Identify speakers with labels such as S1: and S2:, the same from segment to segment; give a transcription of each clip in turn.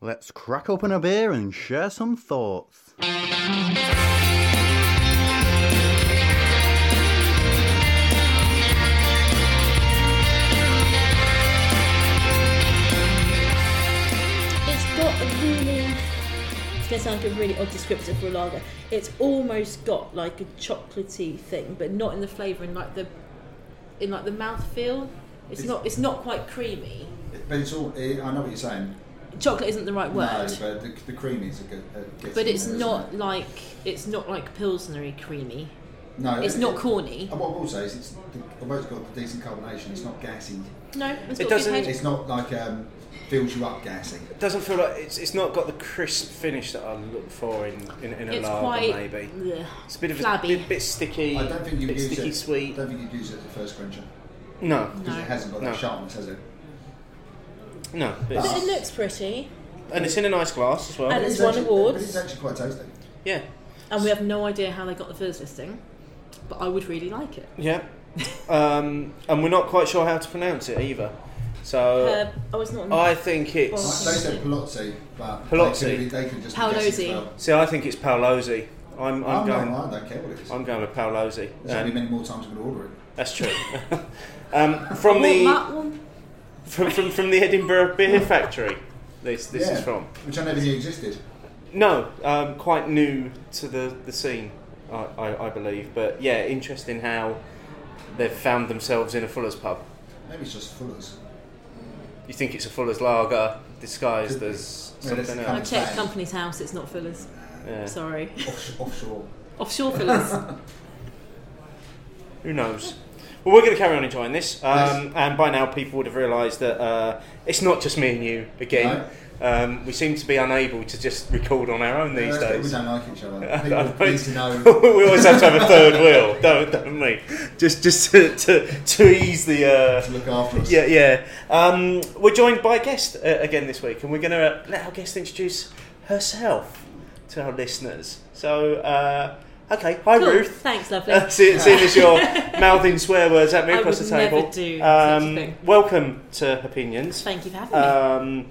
S1: Let's crack open a beer and share some thoughts.
S2: It's got a really. It's going to sound like a really odd descriptor for a lager. It's almost got like a chocolatey thing, but not in the flavour, in like the, in like the mouthfeel. It's,
S3: It's-
S2: not. It's not quite creamy.
S3: But it's all. It, I know what you're saying.
S2: Chocolate isn't the right word,
S3: No, but the, the cream is a good. Uh, gets
S2: but
S3: in
S2: it's
S3: there, isn't
S2: not
S3: it?
S2: like it's not like pilsnery creamy.
S3: No,
S2: It's
S3: it-
S2: not
S3: it-
S2: corny.
S3: And what I will say is, it's although it's got decent carbonation, it's not gassy.
S2: No, it's
S4: It
S2: got
S4: doesn't-
S2: A good head.
S3: It's not like um, fills you up gassy.
S4: It doesn't feel like it's, it's not got the crisp finish that I look for in, in, in a
S2: It's
S4: lager,
S2: quite.
S4: maybe.
S2: bleh.
S4: It's a bit of
S2: Flabby.
S4: a bit, bit sticky.
S3: I don't think you'd
S4: bit
S3: use
S4: sticky
S3: it. I
S4: sweet.
S3: don't think you'd use it as a first quencher
S4: No,
S3: because
S2: No.
S3: it hasn't got that
S4: No.
S3: sharpness, has it?
S4: no. but
S2: But
S4: it's-
S2: it looks pretty,
S4: and it's in a nice glass as well.
S2: And
S3: But
S2: it's
S3: is
S2: won
S3: actually-
S2: awards.
S3: But it's actually quite tasty.
S4: yeah,
S2: and we have no idea how they got the first listing, but I would really like it.
S4: yeah. um, and we're not quite sure how to pronounce it either. So
S2: Uh, I was not.
S4: I think it's.
S3: Like, they said Palozzi, but
S4: Palozzi.
S3: They could, they could just be
S2: Paolozzi.
S3: guessing as well.
S4: See, I think it's Paolozzi. I'm, I'm,
S3: I'm
S4: going.
S3: not, I don't care what it is.
S4: I'm going with Paolozzi.
S3: There's only
S4: Um,
S3: many more times I'm going to order it.
S4: that's true. um, from
S2: I want
S4: the
S2: that one.
S4: from, from from the Edinburgh Beer Factory. This this
S3: Yeah,
S4: is from.
S3: Which I never knew existed.
S4: No, um, quite new to the, the scene, I, I, I believe. But yeah, interesting how they've found themselves in a Fuller's pub.
S3: Maybe it's just Fuller's.
S4: You think it's a Fuller's lager disguised as
S3: Yeah, that's
S4: something
S3: the
S2: I
S4: else.
S3: kind
S2: checked
S3: Bang.
S2: company's house. It's not Fuller's.
S4: Yeah.
S2: Sorry,
S3: Off- offshore.
S2: offshore Fuller's.
S4: Who knows? Well, we're going to carry on enjoying this. Um,
S3: Yes.
S4: And by now, people would have realised that uh, it's not just me and you again. Um, we seem to be unable to just record on our own
S3: Yeah,
S4: these
S3: that's good, We
S4: days.
S3: don't like each other.
S4: I
S3: People
S4: don't
S3: need
S4: think-
S3: to know.
S4: we always have to have a third wheel, don't, don't we? Just, just to, to, to ease the, uh,
S3: to look after us.
S4: Yeah, yeah. Um, we're joined by a guest uh, again this week, and we're going to let our guest introduce herself to our listeners. So, uh, okay, hi
S2: Cool.
S4: Ruth.
S2: Thanks, lovely.
S4: Uh, see- seeing as you're mouthing swear words at me
S2: I
S4: across
S2: would
S4: the table,
S2: never do such a
S4: um,
S2: thing.
S4: welcome to Opinions.
S2: Thank you for having me.
S4: Um,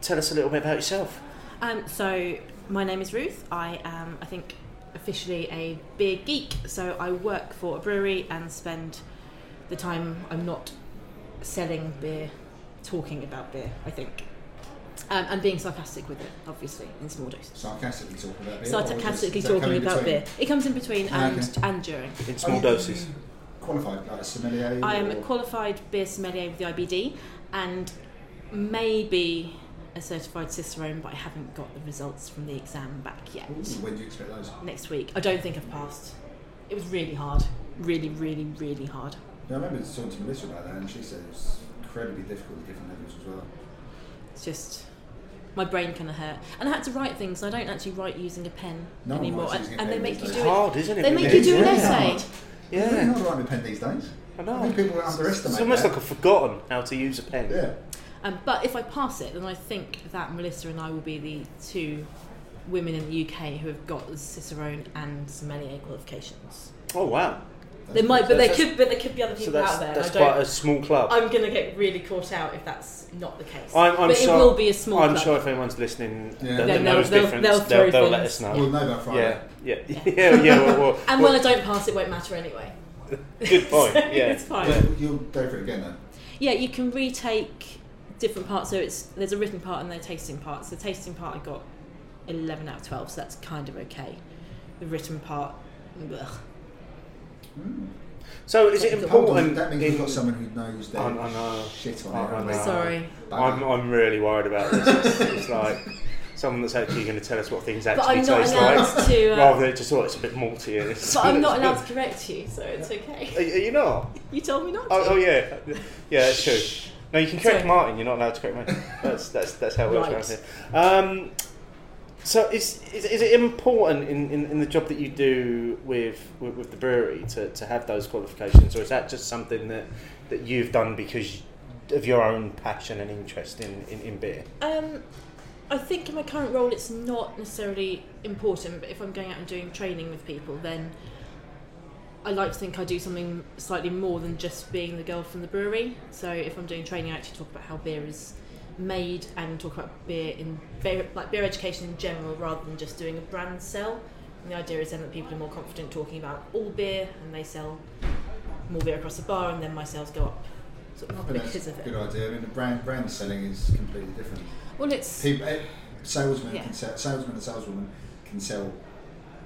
S4: tell us a little bit about yourself.
S2: Um, so my name is Ruth. I am, I think, officially a beer geek. So I work for a brewery and spend the time I'm not selling beer, talking about beer. I think, um, and being sarcastic with it, obviously, in small doses.
S3: Sarcastically talking about beer. or just-
S2: Sarcastically
S3: does that come
S2: talking
S3: in
S2: about
S3: between?
S2: beer. It comes in between
S3: Ah,
S2: and
S3: okay.
S2: and during.
S4: In
S3: Are
S4: small
S3: you
S4: doses.
S3: Qualified, like a sommelier.
S2: I am a
S3: or-
S2: qualified beer sommelier with the IBD and maybe a certified Cicerone, but I haven't got the results from the exam back yet.
S3: Ooh, when do you expect those?
S2: Next week. I don't think I've passed. It was really hard. Really, really, really hard.
S3: Yeah, I remember talking to Melissa about that, and she said it was incredibly difficult at different levels as well.
S2: It's just. My brain kind of hurt. And I had to write things, and I don't actually write using a pen
S3: No one
S2: anymore.
S3: writes using a
S2: and they
S3: pen
S2: make
S3: these
S2: you
S3: days.
S2: do
S4: It's
S2: it.
S4: hard, isn't it?
S2: They
S4: really?
S2: make you do an
S3: Yeah.
S2: essay.
S3: It's really
S4: Yeah,
S3: hard writing a pen these days.
S4: I
S3: I
S4: know.
S3: think people underestimate
S4: It's almost
S3: that.
S4: like I've forgotten how to use a pen.
S3: Yeah.
S2: Um, but if I pass it, then I think that Melissa and I will be the two women in the UK who have got the Cicerone and sommelier qualifications.
S4: Oh wow!
S2: There might, but
S4: So
S2: there
S4: that's-
S2: could, but there could be other
S4: So
S2: people
S4: that's
S2: out there.
S4: that's
S2: I don't,
S4: quite a small club.
S2: I'm going to get really caught out if that's not the case.
S4: I'm, I'm
S2: but
S4: sure,
S2: it will be a small
S4: I'm
S2: club.
S4: sure if anyone's listening
S3: Yeah.
S4: that,
S3: Then
S4: that
S2: they'll-
S4: knows
S2: they'll-
S4: difference,
S2: they'll
S4: they'll,
S2: throw
S4: they'll, let us
S2: things.
S4: know.
S3: We'll know by Friday.
S4: Yeah, yeah, yeah, yeah. yeah well, well,
S2: And
S4: well,
S2: when I don't pass, it won't matter anyway.
S4: good point.
S2: So
S4: Yeah,
S2: it's fine.
S3: But You'll go for it again then.
S2: Yeah, you can retake different parts. So it's there's a written part and there's a tasting part. So the tasting part I got eleven out of twelve, so that's kind of okay. The written part, ugh.
S4: So is it
S3: Hmm. Hold on,
S4: important?
S3: that means
S4: in-
S3: we've got someone who knows their
S4: I- I know.
S3: shit on
S4: I-
S3: it.
S4: I know.
S3: right?
S2: sorry.
S4: I'm, I'm really worried about this. It's, it's like someone that's actually going to tell us what things
S2: But
S4: actually
S2: I'm not
S4: taste like,
S2: allowed to. Uh,
S4: rather than just oh, it's a bit malty. And it's,
S2: but I'm not allowed to correct you, so it's okay.
S4: Are, are you not?
S2: You told me not to.
S4: Oh, oh yeah, yeah, that's true. No, you can correct
S2: Sorry.
S4: Martin. You're not allowed to correct me. That's that's that's how it works
S2: Right.
S4: around here. Um, so is, is is it important in, in, in the job that you do with with, with the brewery to, to have those qualifications, or is that just something that, that you've done because of your own passion and interest in, in, in beer?
S2: Um, I think in my current role, it's not necessarily important. But if I'm going out and doing training with people, then I like to think I do something slightly more than just being the girl from the brewery. So if I'm doing training, I actually talk about how beer is made and talk about beer in beer, like beer education in general rather than just doing a brand sell. And the idea is then that people are more confident talking about all beer and they sell more beer across the bar and then my sales go up sort
S3: I
S2: of
S3: think
S2: because
S3: that's a
S2: of
S3: good
S2: it.
S3: idea. I mean, the brand brand selling is completely different.
S2: Well, it's
S3: People, eh, salesmen
S2: Yeah.
S3: can sell, salesmen and saleswomen can sell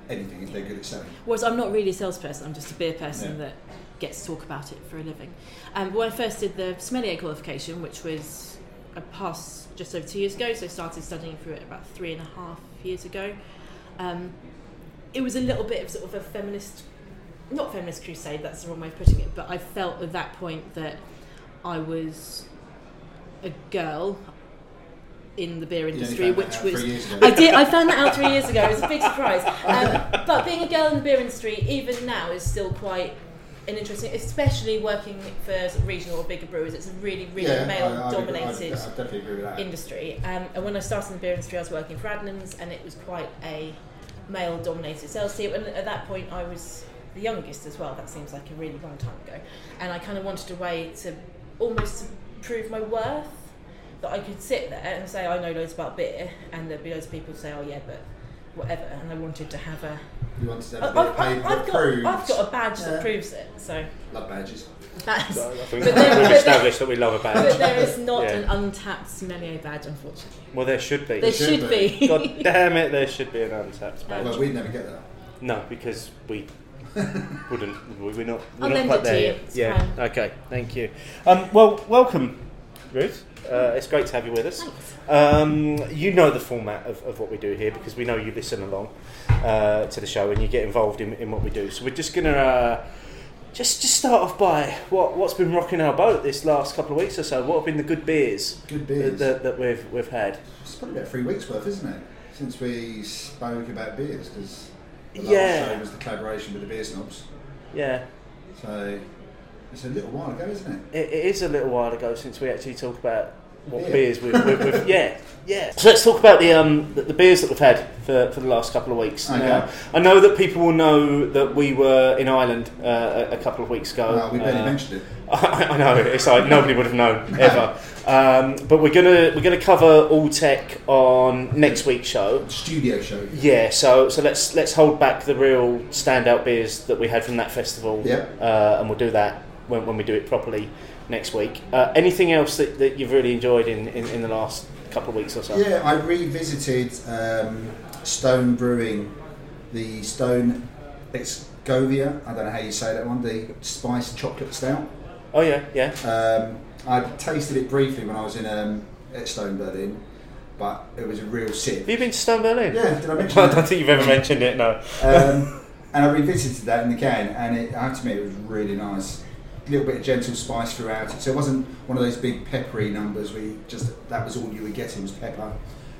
S3: anything if they're good at selling.
S2: Whereas I'm not really a salesperson, I'm just a beer person
S3: Yeah.
S2: that gets to talk about it for a living. Um, but when I first did the sommelier qualification, which was a pass just over two years ago, so I started studying for it about three and a half years ago, um, it was a little bit of sort of a feminist, not feminist crusade, that's the wrong way of putting it, but I felt at that point that I was a girl in the beer
S3: You only
S2: industry,
S3: found that
S2: which
S3: out
S2: was
S3: three years ago.
S2: I did. I found that out three years ago. It was a big surprise. Um, but being a girl in the beer industry, even now, is still quite an interesting, especially working for sort of regional or bigger brewers. It's a really, really
S3: Yeah, I- I'd, agree-
S2: male-dominated
S3: I'd, I'd definitely agree with that.
S2: industry. Um, and when I started in the beer industry, I was working for Adnams, and it was quite a male-dominated sales team. And at that point, I was the youngest as well. That seems like a really long time ago. And I kind of wanted a way to almost to prove my worth. That I could sit there and say I know loads about beer, and there'd be loads of people who'd say, "Oh yeah, but whatever." And I wanted to have a.
S3: you want to
S2: I,
S3: have a bit
S2: I, have
S3: paid that proves
S2: got, I've got a badge that
S3: Yeah.
S2: proves it. So
S3: love badges.
S2: that's.
S4: I think
S2: But then-
S4: we've established that we love a
S2: But
S4: badge.
S2: there is not
S4: Yeah.
S2: an untapped sommelier badge, unfortunately.
S4: Well, there should
S2: There
S4: be.
S3: should
S2: should
S3: be.
S2: be.
S4: God damn it, there should be an untapped badge.
S3: Well, we'd never get that.
S4: No, because we wouldn't. we- We're not. We're
S2: I'll
S4: not
S2: lend
S4: quite
S2: it to
S4: there
S2: you.
S4: yet.
S2: It's
S4: Yeah.
S2: fine.
S4: Okay. Thank you. Um, well, welcome, Ruth. Uh, it's great to have you with us.
S2: Thanks.
S4: Um, you know the format of, of what we do here because we know you listen along uh, to the show and you get involved in, in what we do. So we're just gonna uh, just just start off by what what's been rocking our boat this last couple of weeks or so. What have been the good beers?
S3: Good
S4: That,
S3: beers.
S4: that, that we've we've had.
S3: It's probably about three weeks worth, isn't it? Since we spoke about beers, because the last
S4: Yeah.
S3: show was the collaboration with the beer snobs.
S4: Yeah,
S3: So it's a little while ago, isn't it?
S4: It, it is a little while ago since we actually talked about what
S3: Yeah.
S4: beers we've, we've, we've yeah yeah. So let's talk about the um the, the beers that we've had for, for the last couple of weeks.
S3: Okay.
S4: Now, I know that people will know that we were in Ireland uh, a- a couple of weeks ago.
S3: Well, we barely
S4: Uh,
S3: mentioned it.
S4: I, I know it's like nobody would have known ever. Um, but we're gonna we're gonna cover all tech on next week's show.
S3: Studio show.
S4: Yeah, so so let's let's hold back the real standout beers that we had from that festival.
S3: Yep.
S4: Uh, and we'll do that when, when we do it properly next week. Uh, anything else that, that you've really enjoyed in, in, in the last couple of weeks or so?
S3: Yeah, I revisited um, Stone Brewing, the Stone Excovia. I don't know how you say that one. The spiced chocolate stout.
S4: Oh yeah, yeah.
S3: Um, I tasted it briefly when I was in um, at Stone Berlin, but it was a real sip.
S4: Have you been to Stone Berlin?
S3: Yeah, did I mention
S4: I
S3: that?
S4: don't think you've ever mentioned it. No.
S3: um, and I revisited that in the can, and it, I have to admit, it was really nice. A little bit of gentle spice throughout it, so it wasn't one of those big peppery numbers where you just that was all you were getting was pepper.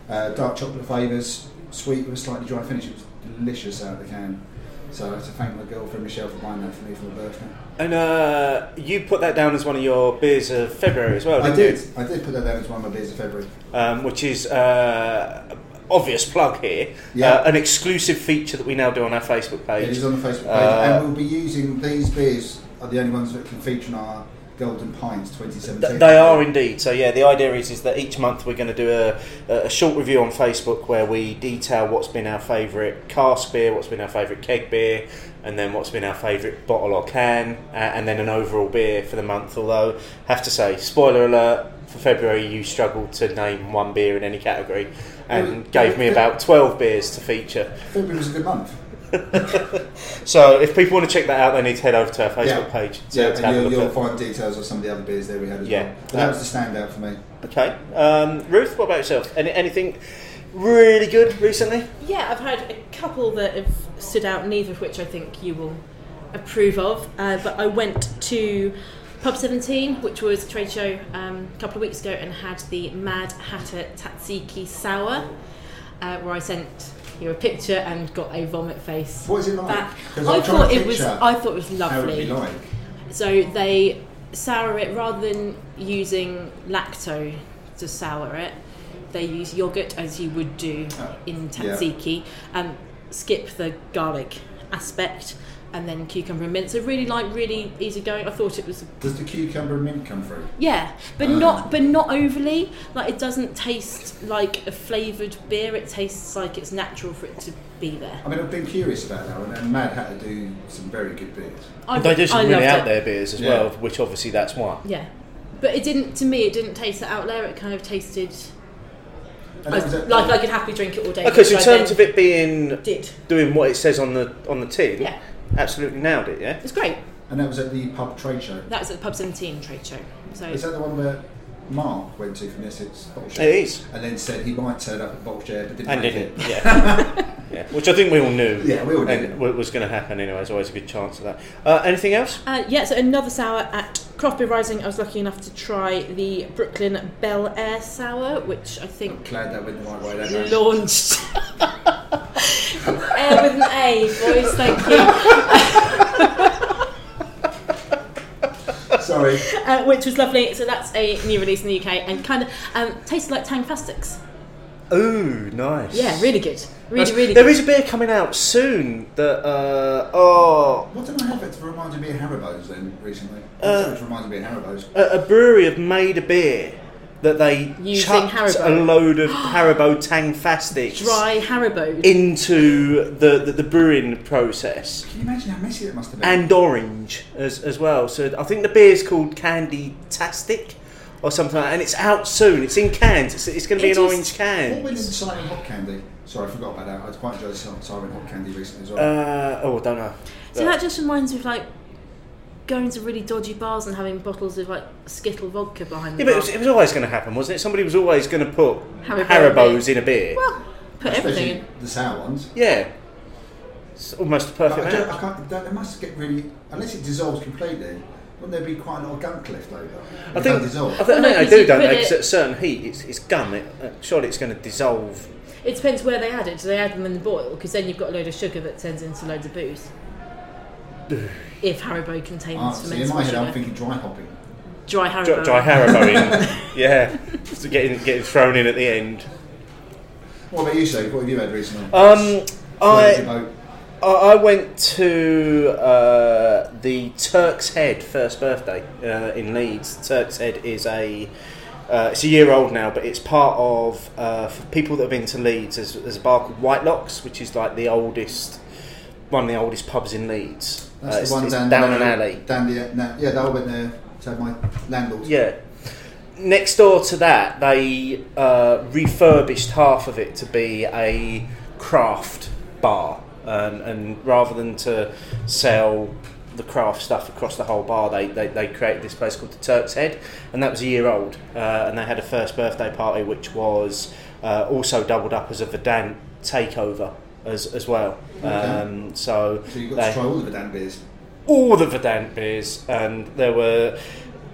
S3: Uh, dark chocolate flavours, sweet with a slightly dry finish. It was delicious out of the can. So I have to thank my girlfriend Michelle for buying that for me for my birthday.
S4: And uh, you put that down as one of your beers of February as well.
S3: I
S4: Didn't
S3: did.
S4: Oh, You?
S3: I did put that down as one of my beers of February.
S4: Um, which is uh, obvious plug here.
S3: Yeah.
S4: Uh, an exclusive feature that we now do on our Facebook page.
S3: It is on the Facebook page,
S4: Uh,
S3: and we'll be using these beers are the only ones that can feature in our Golden Pines 2017.
S4: Th- They are indeed. So yeah, the idea is is that each month we're going to do a, a short review on Facebook where we detail what's been our favourite cask beer, what's been our favourite keg beer, and then what's been our favourite bottle or can, a- and then an overall beer for the month. Although, have to say, spoiler alert for February, you struggled to name one beer in any category, and
S3: Well,
S4: gave me
S3: yeah.
S4: about twelve beers to feature.
S3: February was a good month.
S4: So if people want to check that out, they need to head over to our Facebook
S3: Yeah.
S4: page to,
S3: Yeah,
S4: to
S3: and
S4: have a
S3: you'll,
S4: look
S3: you'll
S4: at.
S3: find details of some of the other beers there we had as
S4: Yeah.
S3: well. But that was the standout for me.
S4: Okay, um, Ruth, what about yourself? Any, anything really good recently?
S2: Yeah, I've had a couple that have stood out, neither of which I think you will approve of. Uh, but I went to Pub 17, which was a trade show um, a couple of weeks ago, and had the Mad Hatter Tatsiki Sour, uh, where I sent you a picture and got a vomit face.
S3: What is it like?
S2: Back.
S3: 'Cause I'm
S2: I
S3: trying
S2: thought
S3: to
S2: it was.
S3: picture
S2: I thought it was
S3: How would it be
S2: lovely.
S3: like?
S2: So they sour it rather than using lacto to sour it. They use yogurt as you would do
S3: Oh,
S2: in Um,
S3: yeah.
S2: tzatziki, and skip the garlic aspect, and then cucumber and mint. So really like really easy going. I thought it was
S3: Does the cucumber and mint come through?
S2: yeah, but
S3: Ah.
S2: not but not overly. Like it doesn't taste like a flavoured beer. It tastes like it's natural for it to be there.
S3: I mean, I've been curious about that one, and Mad had to do some very good beers.
S2: I,
S4: they do some really
S2: loved
S4: out
S2: it.
S4: there beers as
S3: Yeah.
S4: well, which obviously that's one.
S2: Yeah, but it didn't. To me, it didn't taste that out there. It kind of tasted
S3: And
S2: I,
S3: that was
S2: like
S3: it.
S2: I could happily drink it all day.
S4: Okay, so in
S2: which I
S4: terms
S2: then
S4: of it being
S2: did
S4: doing what it says on the on the tin,
S2: Yeah.
S4: absolutely nailed it. Yeah,
S2: it's great.
S3: and that was at the pub trade show.
S2: That was at the Pub Seventeen trade show. So
S3: Is that the one where Mark went to from the Essex bottle share?
S4: it is,
S3: And then said he might turn up at bottle share, but didn't
S4: and
S3: make
S4: didn't. Yeah. yeah, which I think we all knew.
S3: Yeah, we all knew.
S4: and what was going to happen anyway. There's always a good chance of that. Uh, anything else?
S2: Uh, yeah, so another sour at Craft Beer Rising. I was lucky enough to try the Brooklyn Bel Air sour, which I think
S3: Glad that went the right way. That day.
S2: launched. Air with an A, boys. Thank you.
S3: Sorry.
S2: Uh, which was lovely. So that's a new release in the UK and kind of um, tasted like Tang Plastics.
S4: Ooh, nice.
S2: Yeah, really good. Really,
S4: Nice.
S2: really
S4: There
S2: good.
S4: is a beer coming out soon that uh, oh
S3: What did I have it to remind me of Haribo's then recently?
S4: Uh,
S3: Which reminds me of Haribo's.
S4: a, a brewery have made a beer that they
S2: Using
S4: chucked
S2: Haribo.
S4: a load of Haribo Tang Fastics
S2: Dry Haribo.
S4: into the, the, the brewing process
S3: Can you imagine how messy it must have been?
S4: and orange as, as well. So I think the beer's called Candy Tastic or something like that, and it's out soon. It's in cans. It's, it's going to be
S2: It
S4: an
S2: is-
S4: orange
S3: what went in
S4: can.
S3: Siren Hot Candy? Sorry, I forgot about that. I was quite enjoyed Sil- Siren Hot Candy recently as well.
S4: Uh, oh, I don't know.
S2: So that just reminds me of like going to really dodgy bars and having bottles of like Skittle vodka behind the
S4: Yeah, but it
S2: bar.
S4: was, it was always going to happen, wasn't it? Somebody was always going to put
S2: Haribo
S4: Haribo's in a beer.
S2: well, put everything
S3: Especially
S2: in.
S3: the sour ones.
S4: yeah. It's almost a
S3: But
S4: perfect
S3: I don't,
S4: match.
S3: I can't, that, it must get really, unless it dissolves completely, wouldn't there be quite a lot of gunk left over?
S4: I
S3: It
S4: think,
S3: don't dissolve.
S4: I think
S2: Well, no,
S4: they
S2: because
S4: do,
S2: you
S4: don't
S2: put
S4: they?
S2: it-
S4: 'Cause at certain heat, it's, it's gum. It, uh, surely it's going to dissolve.
S2: It depends where they add it. Do they add them in the boil? Because then you've got a load of sugar that turns into loads of booze. if Haribo contains
S3: Ah, see, in
S2: fermented
S3: my head, I'm
S2: sugar,
S3: thinking dry hopping.
S2: dry Haribo.
S4: Dry, dry Haribo in. yeah. So getting, getting thrown in at the end.
S3: What about you, Steve? What have you had recently?
S4: Um,
S3: Sorry,
S4: I,
S3: Jimbo.
S4: I I went to uh, the Turk's Head first birthday uh, in Leeds. Turk's Head is a uh, it's a year old now, but it's part of uh, for people that have been to Leeds. There's, there's a bar called White Locks, which is like the oldest one of the oldest pubs in Leeds. Uh,
S3: That's
S4: it's-
S3: the one
S4: it's
S3: down,
S4: down
S3: the,
S4: an alley.
S3: Down the, na- yeah, that went there to have my landlord.
S4: Yeah. Next door to that, they uh, refurbished half of it to be a craft bar, um, and rather than to sell the craft stuff across the whole bar, they, they, they created this place called the Turk's Head, and that was a year old, uh, and they had a first birthday party, which was uh, also doubled up as a Verdant takeover as as well. Um, so
S3: So you got
S4: they-
S3: to try all of the damn beers.
S4: all the Verdant beers, and there were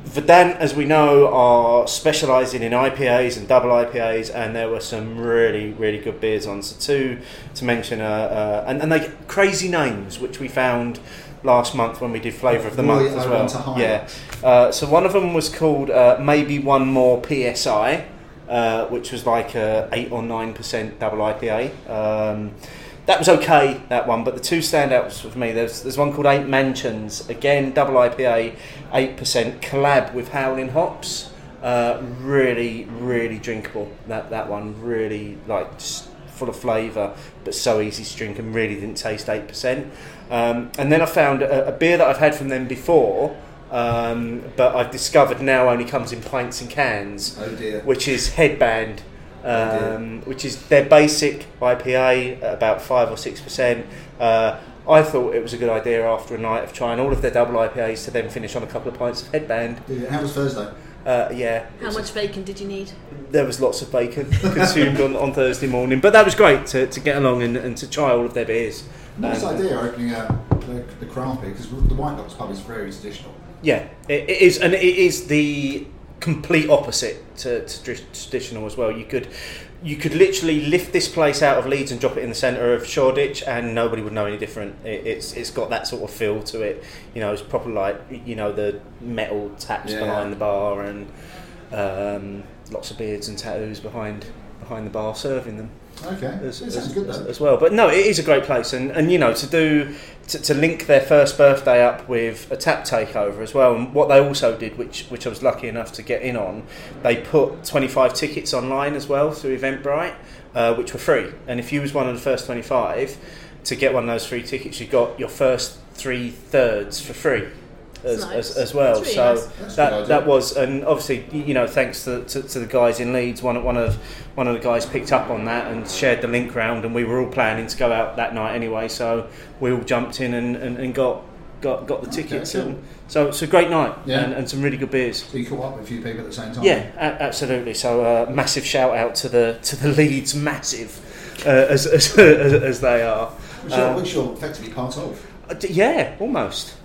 S4: Verdant, as we know, are specialising in IPAs and double IPAs, and there were some really, really good beers on. So two to mention, uh, uh, and and they get crazy names, which we found last month when we did flavour of the
S3: Roy,
S4: month
S3: I
S4: as
S3: want to
S4: well.
S3: highlight.
S4: Yeah, uh, so one of them was called uh, maybe one more PSI, uh, which was like a eight or nine percent double IPA. Um, that was okay, that one. But the two standouts for me, there's there's one called Eight Mansions, again double IPA, eight percent collab with Howling Hops. Uh, really, really drinkable. That that one really like just full of flavour, but so easy to drink and really didn't taste 8%. Um, and then I found a, a beer that I've had from them before, um, but I've discovered now only comes in pints and cans,
S3: Oh dear.
S4: which is Headband,
S3: dear.
S4: um, which is their basic IPA at about 5 or 6%. Uh, I thought it was a good idea after a night of trying all of their double IPAs to then finish on a couple of pints of headband.
S3: Did it- How was Thursday?
S4: Uh, yeah,
S2: How much bacon did you need?
S4: there was lots of bacon consumed on, on Thursday morning, but that was great to, to get along and, and to try all of their beers.
S3: Nice
S4: Um,
S3: idea opening up the, the craft beer because the White Box pub is very traditional.
S4: Yeah, it, it is, and it is the complete opposite to, to tr- traditional as well. You could you could literally lift this place out of Leeds and drop it in the centre of Shoreditch, and nobody would know any different. It, it's it's got that sort of feel to it. You know, it's proper like you know the metal taps
S3: Yeah.
S4: behind the bar and um, lots of beards and tattoos behind behind the bar serving them.
S3: Okay.
S4: as,
S3: it
S4: as-
S3: sounds good
S4: as-
S3: though.
S4: as well. But no, it is a great place, and, and you know to do to, to link their first birthday up with a tap takeover as well. And what they also did, which which I was lucky enough to get in on, they put twenty five tickets online as well through Eventbrite, uh, which were free. And if you was one of the first twenty five to get one of those free tickets, you got your first three thirds for free. As,
S2: That's nice.
S4: as, as well,
S2: That's really
S4: so
S2: nice.
S3: That's a good idea.
S4: that, that was and obviously y- you know thanks to, to, to the guys in Leeds one of- one of one of the guys picked up on that and shared the link round and we were all planning to go out that night anyway so we all jumped in and, and, and got got got the tickets
S3: cool.
S4: and so it's a great night
S3: Yeah.
S4: and, and some really good beers
S3: So you caught up with a few people at the same time.
S4: yeah a- absolutely so uh, massive shout out to the to the Leeds massive uh, as, as, as as they are
S3: Which you're,
S4: Um,
S3: which you're effectively part of.
S4: Uh, d- yeah almost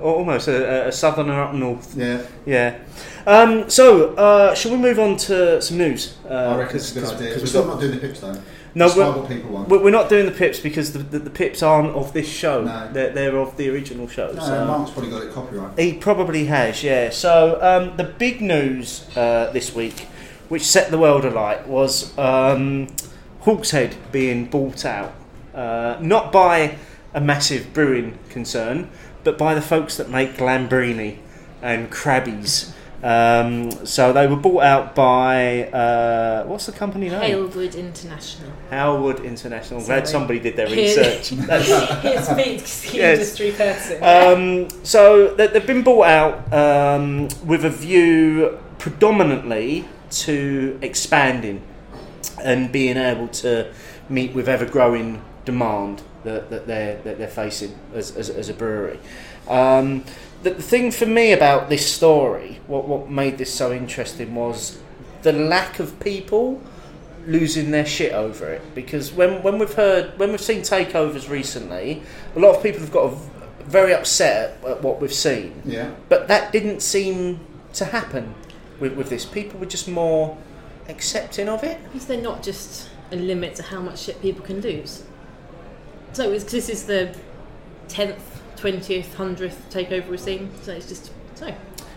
S4: almost a, a- a southerner up north
S3: Yeah.
S4: Yeah. Um, so, uh, shall we move on to some news? Uh,
S3: I reckon it's a good
S4: 'cause-
S3: idea.
S4: 'cause
S3: We're
S4: we've
S3: still
S4: got-
S3: not doing the pips though.
S4: No,
S3: It's not
S4: we're-
S3: what people want.
S4: we're, we're not doing the pips because the, the, the pips aren't of this show.
S3: No.
S4: They're, they're of the original show.
S3: No,
S4: so-
S3: Mark's probably got it copyright.
S4: He probably has, yeah. So, um, the big news uh, this week, which set the world alight, was um, Hawkshead being bought out. Uh, not by a massive brewing concern, but by the folks that make Lambrini and Krabbies. Um, so, they were bought out by, uh, what's the company name?
S2: Halewood International.
S4: Howard International.
S2: Sorry.
S4: Glad somebody did their
S2: Here-
S4: research. That's-
S2: Here's Vince, the
S4: Yes.
S2: industry person.
S4: um, so they- they've been bought out um, with a view predominantly to expanding and being able to meet with ever growing demand that, that they're that they're facing as, as, as a brewery. Um, the, the thing for me about this story, what what made this so interesting was the lack of people losing their shit over it because when when we've heard when we've seen takeovers recently, a lot of people have got v- very upset at, at what we've seen,
S3: Yeah.
S4: but that didn't seem to happen with, with this. People were just more accepting of it.
S2: Because they're not just a limit to how much shit people can lose. So it's, this is the 10th, 20th, 100th takeover we've seen. So it's just, so.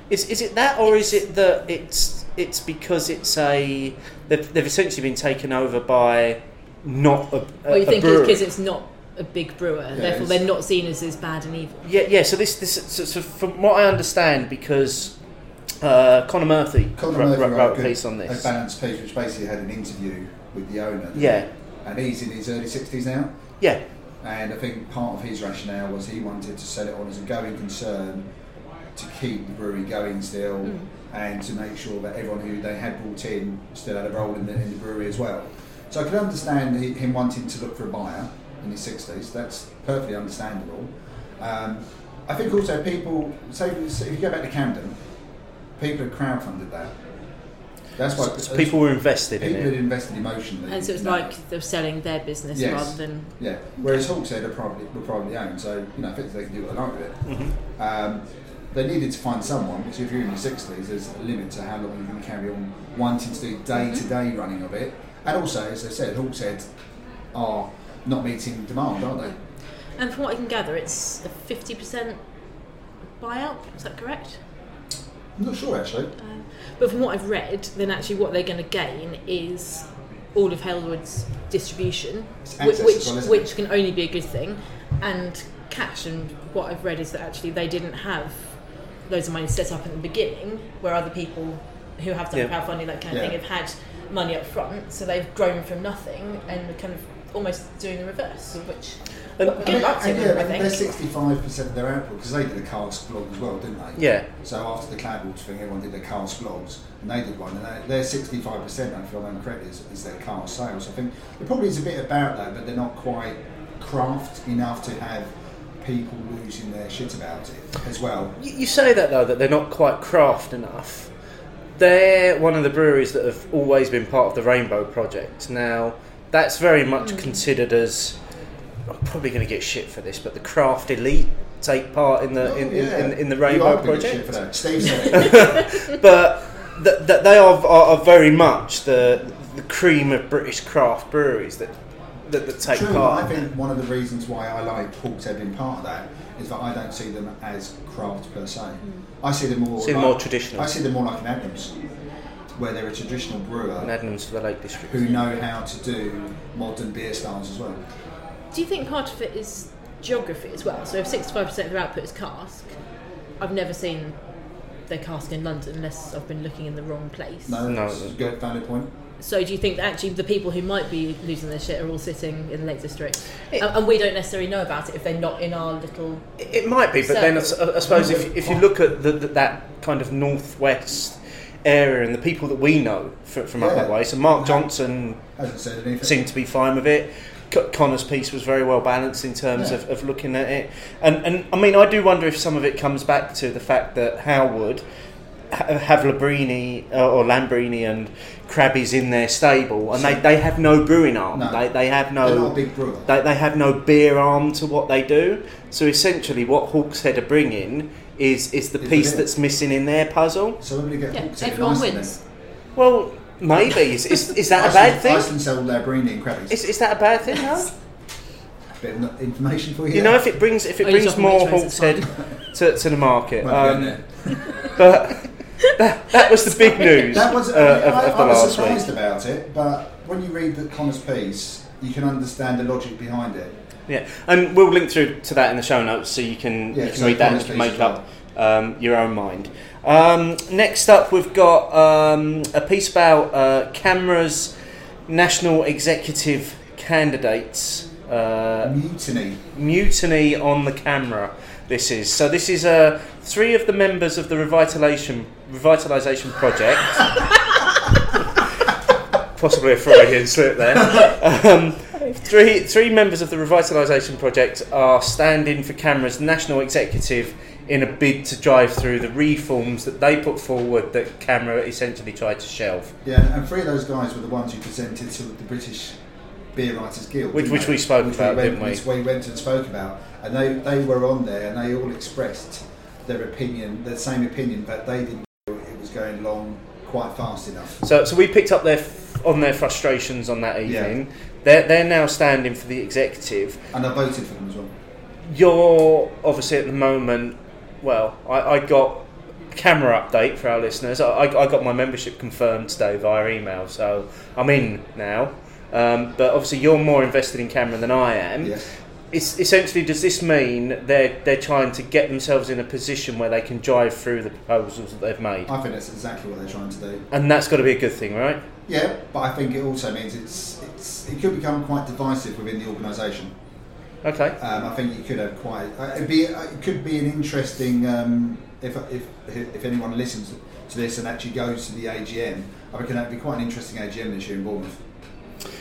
S4: Is, is it that, or is it that it's it's because it's a they've, they've essentially been taken over by not a, a,
S2: What you
S4: a
S2: think is
S4: brewery.
S2: because it's not a big brewer, therefore
S3: it's-
S2: they're not seen as, as bad and evil.
S4: yeah, yeah. So this this so, so from what I understand, because uh, Conor Murphy
S3: Colin
S4: wrote,
S3: Murphy
S4: wrote,
S3: wrote
S4: wrote a
S3: good-
S4: piece on this.
S3: A balanced piece which basically had an interview with the owner.
S4: Yeah,
S3: And he's in his early 60s now.
S4: yeah,
S3: And I think part of his rationale was he wanted to sell it on as a going concern to keep the brewery going still
S2: Mm.
S3: and to make sure that everyone who they had brought in still had a role in the, in the brewery as well. So I could understand he, him wanting to look for a buyer in his 60s. That's perfectly understandable. Um, I think also people, say if you go back to Camden, people had crowdfunded that. That's why
S4: So- so people were invested
S3: people
S4: in
S3: had
S4: it.
S3: invested emotionally.
S2: And so it's
S3: in that.
S2: like they're selling their business
S3: Yes.
S2: rather than.
S3: Yeah. Whereas Hawkshead are privately, were privately owned, so you know, effectively they can do what they like with it. Um, they needed to find someone because if you're in your sixties, there's a limit to how long you can carry on wanting to do day-to-day
S2: Mm-hmm.
S3: running of it. And also, as I said, Hawkshead are not meeting demand, aren't they?
S2: And from what I can gather, it's a 50% buyout, is that correct?
S3: I'm not sure actually.
S2: Um, but from what I've read, then actually what they're going to gain is all of Halewood's distribution,
S3: It's
S2: which
S3: access
S2: which,
S3: as well, isn't
S2: which can only be a good thing, and cash. And what I've read is that actually they didn't have loads of money set up at the beginning, where other people who have done
S4: Yeah.
S2: crowdfunding that kind of
S3: Yeah.
S2: thing have had money up front, so they've grown from nothing and are kind of almost doing the reverse, which
S4: And-
S2: good luck to
S3: and
S2: them,
S3: yeah,
S2: I
S3: they're
S2: think.
S3: sixty-five percent of their output because they did a cask blog as well, didn't they?
S4: Yeah,
S3: So after the Cloudwalls thing, everyone did their cast vlogs, and they did one, and they- their 65%, if I remember correctly, is, is their car sales. I think there probably is a bit about that, but they're not quite craft enough to have people losing their shit about it as well.
S4: You, you say that though that they're not quite craft enough. They're one of the breweries that have always been part of the Rainbow Project. Now, that's very much considered as I'm probably going to get shit for this, but the craft elite take part in the Uh, in, in-
S3: Yeah.
S4: in, in, the
S3: You are
S4: Rainbow
S3: gonna get shit
S4: Project
S3: for that. Steve said it.
S4: but th- th- they are, are, are very much the the cream of British craft breweries that that, that take
S3: True, but I
S4: part.
S3: think one of the reasons why I like Hawkshead being part of that is that I don't see them as craft per se. I see them more
S2: Hmm.
S4: See them
S3: like-
S4: more traditional.
S3: I see them more like an Adams. where they're a traditional brewer
S4: and Adnams for the Lake District.
S3: who know how to do modern beer styles as well.
S2: Do you think part of it is geography as well? So if 65% of their output is cask, I've never seen their cask in London unless I've been looking in the wrong place.
S3: No,
S4: No.
S3: that's a good valid point.
S2: So do you think that actually the people who might be losing their shit are all sitting in the Lake District?
S4: It-
S2: and, and we don't necessarily know about it if they're not in our little...
S4: It might be, but then I, s- I suppose
S3: mm-hmm.
S4: if, if you look at the, the, that kind of northwest area and the people that we know from, from up
S3: Yeah.
S4: that way, so Mark Johnson
S3: Hasn't said anything.
S4: seemed to be fine with it. Co- Connor's piece was very well balanced in terms
S3: Yeah.
S4: of, of looking at it, and and I mean I do wonder if some of it comes back to the fact that Howard ha- have Labrini uh, or Lambrini and Crabbies in their stable, and they, they have no brewing arm.
S3: No.
S4: They, they have
S3: They're
S4: no
S3: not a big brewer.
S4: they, they have no beer arm to what they do. So essentially, what Hawkshead are bringing is is the
S3: Is the
S4: piece
S3: beer.
S4: that's missing in their puzzle.
S3: so we're going to get
S2: Yeah,
S3: Hawks in
S2: everyone
S3: Iceland
S2: wins.
S3: then.
S4: Well, maybe is is, is that a
S3: Iceland,
S4: bad thing?
S3: Iceland sell Labrini and Crabbies.
S4: Is, is that a bad thing? No?
S3: Bit of information for you.
S4: You know, if it brings if it
S2: Oh, you
S4: brings
S2: shop at
S4: more
S2: Waitrose, it's fine.
S4: Hawkshead to, to the market,
S3: Might be
S4: um,
S3: on there.
S4: but that, that was the big news
S3: That was,
S4: uh,
S3: I,
S4: of,
S3: I,
S4: of the
S3: was
S4: last
S3: surprised
S4: week.
S3: about it, but when you read the Connor's piece, you can understand the logic behind it.
S4: Yeah, and we'll link through to that in the show notes so you can
S3: Yeah,
S4: you can
S3: so
S4: read that and you
S3: Connor's piece
S4: can make
S3: as
S4: up um, your own mind. Um, next up, we've got um, a piece about uh, Camera's national executive candidates. Uh,
S3: Mutiny.
S4: Mutiny on the Camera. This is so. This is uh, three of the members of the revitalization revitalization project. Possibly a Freudian slip there. Um, three three members of the revitalization project are standing for Camera's national executive in a bid to drive through the reforms that they put forward that Camera essentially tried to shelve,
S3: Yeah, and three of those guys were the ones who presented to the British Beer Writers Guild,
S4: Which-
S3: didn't
S4: which
S3: they?
S4: we spoke about,
S3: went,
S4: didn't we?
S3: Which we went and spoke about, and they, they were on there, and they all expressed their opinion, the same opinion, but they didn't feel it was going along quite fast enough.
S4: So, so we picked up their f- on their frustrations on that
S3: Yeah.
S4: evening. They're, they're now standing for the executive.
S3: And I voted for them as well.
S4: You're obviously at the moment. Well, I, I got camera update for our listeners. I, I I got my membership confirmed today via email, so I'm in now. Um, but obviously, you're more invested in camera than I am.
S3: Yes.
S4: It's, essentially, does this mean they're they're trying to get themselves in a position where they can drive through the proposals that they've made,
S3: I think that's exactly what they're trying to do.
S4: and that's got to be a good thing, right?
S3: Yeah, but I think it also means it's, it's it could become quite divisive within the organisation.
S4: Okay.
S3: Um, I think you could have quite. Uh, it'd be, uh, it could be an interesting um, if, if if anyone listens to this and actually goes to the AGM. I reckon that'd be quite an interesting AGM this year in Bournemouth.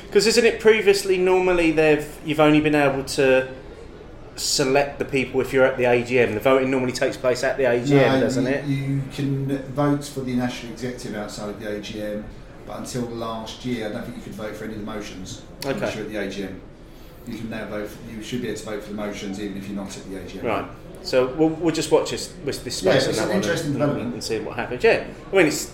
S4: Because isn't it previously normally they've you've only been able to select the people if you're at the AGM. The voting normally takes place at the AGM,
S3: No,
S4: doesn't
S3: you,
S4: it?
S3: You can vote for the national executive outside of the AGM, but until last year, I don't think you could vote for any of the motions unless
S4: Okay.
S3: you're at the AGM. You can now vote. For, you should be able to vote for the motions even if you're not at the AGM.
S4: Right. So we'll, we'll just watch this this, this
S3: Yeah,
S4: space
S3: it's
S4: on
S3: an
S4: that one
S3: interesting
S4: and,
S3: development.
S4: and see what happens. Yeah. I mean, it's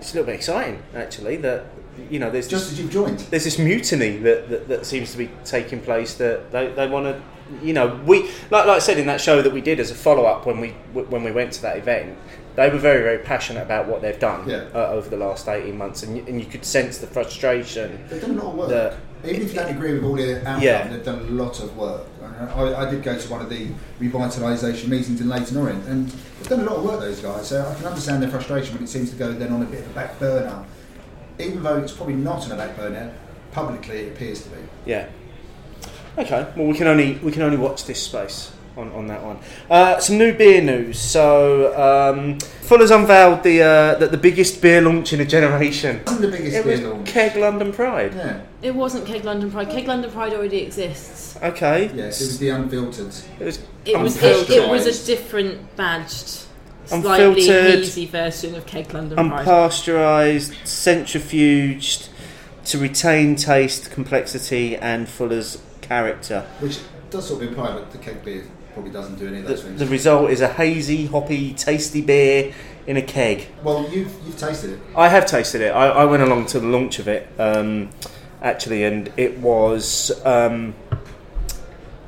S4: it's a little bit exciting actually that you know there's
S3: Just
S4: this,
S3: as you've joined.
S4: there's this mutiny that, that, that seems to be taking place that they, they want to you know we like, like I said in that show that we did as a follow up when we when we went to that event they were very very passionate about what they've done
S3: Yeah.
S4: uh, over the last 18 months and you, and you could sense the frustration
S3: They've done a lot of work.
S4: The-
S3: Even if you don't agree with all the outcome,
S4: Yeah.
S3: they've done a lot of work. And I, I did go to one of the revitalisation meetings in Leighton Orient, and they've done a lot of work, those guys. So I can understand their frustration when it seems to go then on a bit of a back burner. Even though it's probably not on a back burner, publicly it appears to be.
S4: yeah okay well we can only we can only watch this space on, on that one uh, some new beer news so um, Fuller's unveiled the uh, that the biggest beer launch in a generation
S3: Wasn't the biggest
S4: it was
S3: deal. on-
S4: Keg London Pride
S3: yeah,
S2: It wasn't Keg London Pride. Keg London Pride already exists.
S4: okay
S3: yes, it was the unfiltered.
S4: it was
S2: It was it, it was a different badged, slightly
S4: Unfiltered.
S2: hazy version of Keg London Pride.
S4: unpasteurized, centrifuged to retain taste, complexity, and Fuller's character.
S3: Which does sort of imply that the keg beer probably doesn't do any of
S4: The,
S3: those things.
S4: the result is a hazy, hoppy, tasty beer in a keg.
S3: well, you've, you've tasted it.
S4: I have tasted it. I, I went along to the launch of it, um, actually, and it was. Um,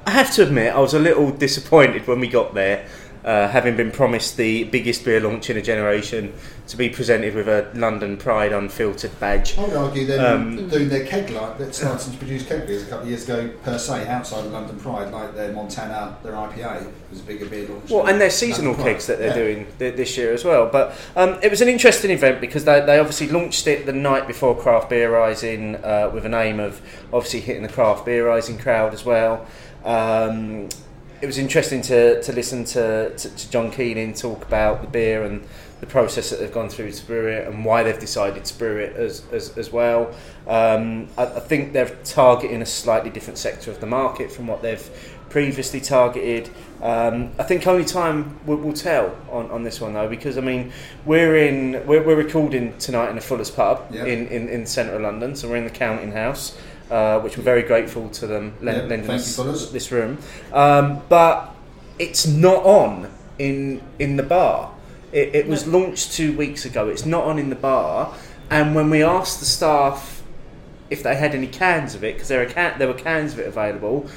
S4: I have to admit, I was a little disappointed when we got there, uh, having been promised the biggest beer launch in a generation to be presented with a London Pride unfiltered badge.
S3: I would argue then
S4: Um,
S3: doing their keg like that started to produce keg beers a couple of years ago per se outside of London Pride, like their Montana, their IPA was a bigger beer launch.
S4: Well,
S3: than
S4: and their seasonal
S3: London Pride.
S4: kegs that they're
S3: Yeah.
S4: doing th- this year as well. But um, it was an interesting event because they, they obviously launched it the night before Craft Beer Rising uh, with an aim of obviously hitting the Craft Beer Rising crowd as well. Um, it was interesting to, to listen to, to, to John Keenan talk about the beer and the process that they've gone through to brew it and why they've decided to brew it as, as, as well. Um, I, I think they're targeting a slightly different sector of the market from what they've previously targeted. Um, I think only time will, will tell on, on this one though, because I mean we're in we're, we're recording tonight in the Fuller's Pub
S3: Yeah.
S4: in, in, in the centre of London, so we're in the Counting House, uh, which we're very grateful to them len-
S3: Yeah,
S4: lending
S3: thank
S4: us
S3: you, Fuller's.
S4: this room, um, but it's not on in in the bar. It, it was launched two weeks ago. It's not on in the bar, and when we asked the staff if they had any cans of it, because there are can- there were cans of it available,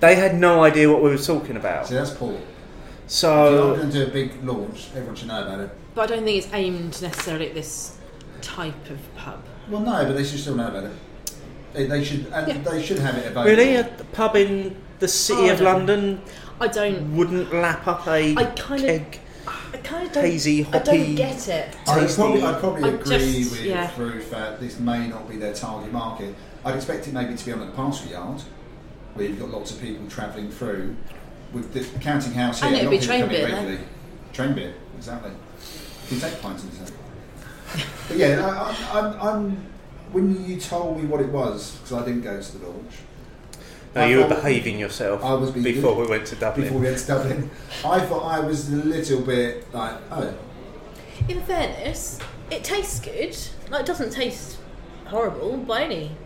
S4: they had no idea what we were talking about.
S3: See, that's Paul. If you're not
S4: So
S3: going to do a big launch, everyone should know about it.
S2: But I don't think it's aimed necessarily at this type of pub.
S3: Well, no, but they should still know about it. They, they should and
S2: Yeah.
S3: they should have it available.
S4: really, a pub in the city
S2: Oh, I
S4: of
S2: don't know.
S4: London
S2: I don't.
S4: wouldn't lap up a
S2: I kinda-
S4: keg.
S2: I kind of don't.
S4: Hazy,
S2: I
S4: hoppy-
S2: don't get it.
S3: I'd
S4: tasty.
S3: probably, I'd probably
S2: I
S3: agree
S2: just-
S3: with
S2: yeah.
S3: Ruth that this may not be their target market. I'd expect it maybe to be on the parcel yard, where you've got lots of people travelling through. With the counting house here,
S2: And
S3: a
S2: it'd
S3: lot of
S2: be
S3: people
S2: train
S3: come in
S2: beer,
S3: regularly. Train beer, exactly. You can take pints in this. But yeah, I, I, I'm, I'm. When you told me what it was, because I didn't go to the launch
S4: No,
S3: I
S4: you were
S5: um,
S3: thought-
S4: behaving yourself
S3: I was being
S4: before
S3: good.
S4: we went to Dublin.
S3: before we went to Dublin, I thought I was a little bit like, oh,
S5: In fairness, it tastes good. Like, it doesn't taste horrible by any.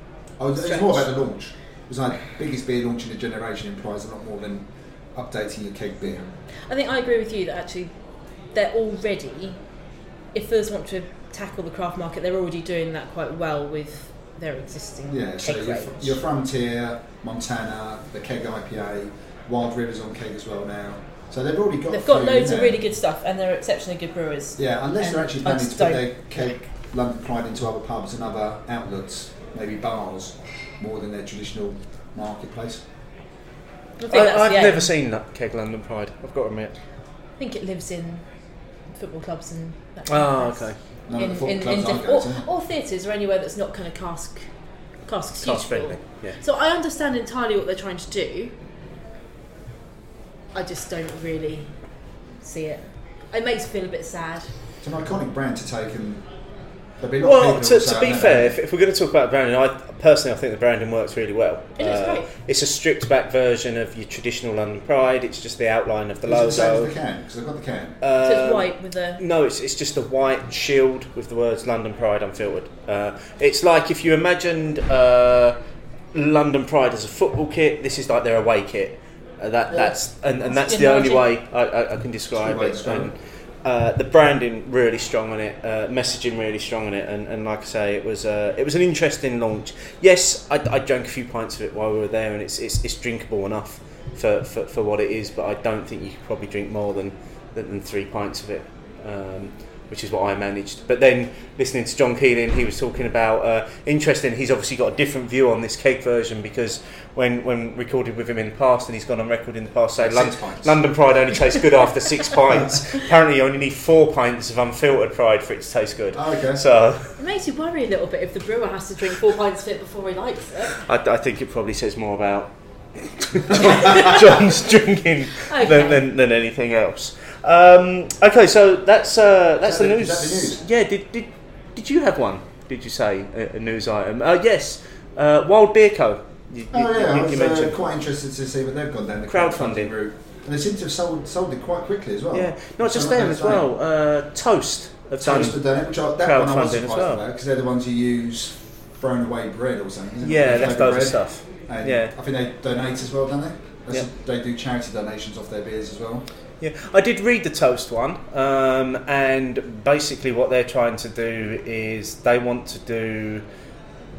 S3: I was, it was more about the launch. It was like biggest beer launch in a generation implies a lot more than updating your keg beer.
S5: I think I agree with you that actually they're already, if others want to tackle the craft market, they're already doing that quite well with their existing
S3: Yeah, so
S5: cake
S3: your,
S5: range.
S3: your Frontier, Montana, the keg IPA, Wild Rivers on keg as well now. So they've already got. a
S5: They've got
S3: few in
S5: loads of
S3: there.
S5: really good stuff, and they're exceptionally good brewers.
S3: Yeah, unless they're
S5: and
S3: actually
S5: I
S3: planning to
S5: just
S3: put
S5: don't-
S3: their keg London Pride into other pubs and other outlets, maybe bars, more than their traditional marketplace.
S5: I think that's
S4: I, I've
S5: the aim.
S4: never seen that keg London Pride. I've got to admit.
S5: I think it lives in football clubs and. That kind
S4: Oh,
S5: of place.
S4: okay.
S3: None
S5: in,
S3: of the football
S5: in,
S3: clubs
S5: in
S3: I
S5: diff-
S3: go
S5: or,
S3: to.
S5: or theatres or anywhere that's not kind of cask cask
S4: Cast
S5: suitable.
S4: friendly. Yeah.
S5: So I understand entirely what they're trying to do. I just don't really see it. It makes me feel a bit sad.
S3: It's an iconic brand to take and. there'll be a lot of
S4: Well,
S3: people
S4: to,
S3: who
S4: to
S3: say,
S4: be
S3: "I know
S4: fair, if, if we're going to talk about branding, I personally I think the branding works really well. Uh,
S5: It is great.
S4: It's a stripped back version of your traditional London Pride. It's just the outline of the
S3: Is it the same
S4: logo.
S3: as the can? Because I've got the can.
S5: So
S4: Um,
S5: it's white with a
S4: No, it's, it's just a white shield with the words London Pride unfiltered. Uh, it's like if you imagined uh, London Pride as a football kit, this is like their away kit. Uh, that that's and, and that's
S5: Good
S4: the only
S5: margin.
S4: way I, I, I can describe
S3: way to
S4: it.
S3: describe
S4: And, uh, the branding really strong on it, uh, messaging really strong on it, and, and like I say, it was uh, it was an interesting launch. Yes, I, I drank a few pints of it while we were there, and it's it's, it's drinkable enough for, for, for what it is. But I don't think you could probably drink more than than, than three pints of it, um, which is what I managed. But then listening to John Keeling, he was talking about uh, interesting. He's obviously got a different view on this cake version because when when recorded with him in the past, and he's gone on record in the past saying
S3: Six
S4: Lon-
S3: pints.
S4: London Pride only tastes good after six pints. Apparently, you only need four pints of unfiltered Pride for it to taste good.
S3: Oh, okay.
S4: So
S5: It makes you worry a little bit if the brewer has to drink four pints of it before he likes it.
S4: I, I think it probably says more about John- John's drinking than,
S5: Okay.
S4: than, than anything else. Um, okay, so that's uh, that's
S3: that
S4: the
S3: the-
S4: news.
S3: is that the news?
S4: Yeah, did, did did you have one? Did you say a, a news item? Uh, yes, uh, Wild Beer Co. You, you-
S3: Oh yeah,
S4: you-
S3: I
S4: you
S3: was uh,
S4: mentioned.
S3: quite interested to see what they've gone down the
S4: Crowdfunding.
S3: route, and they seem to have sold sold it quite quickly as well.
S4: yeah, not just
S3: So
S4: them
S3: they-
S4: as well. Uh, Toast have done.
S3: Toast have done it, which I, that one I
S4: Crowdfunding
S3: was
S4: as
S3: surprised
S4: well.
S3: about because they're the ones who use thrown away bread or something. isn't it?
S4: Yeah,
S3: Leftover
S4: leftover
S3: bread.
S4: stuff.
S3: And
S4: Yeah.
S3: I think they donate as well, don't they? That's
S4: Yeah.
S3: They do charity donations off their beers as well.
S4: Yeah, I did read the toast one, um, and basically what they're trying to do is they want to do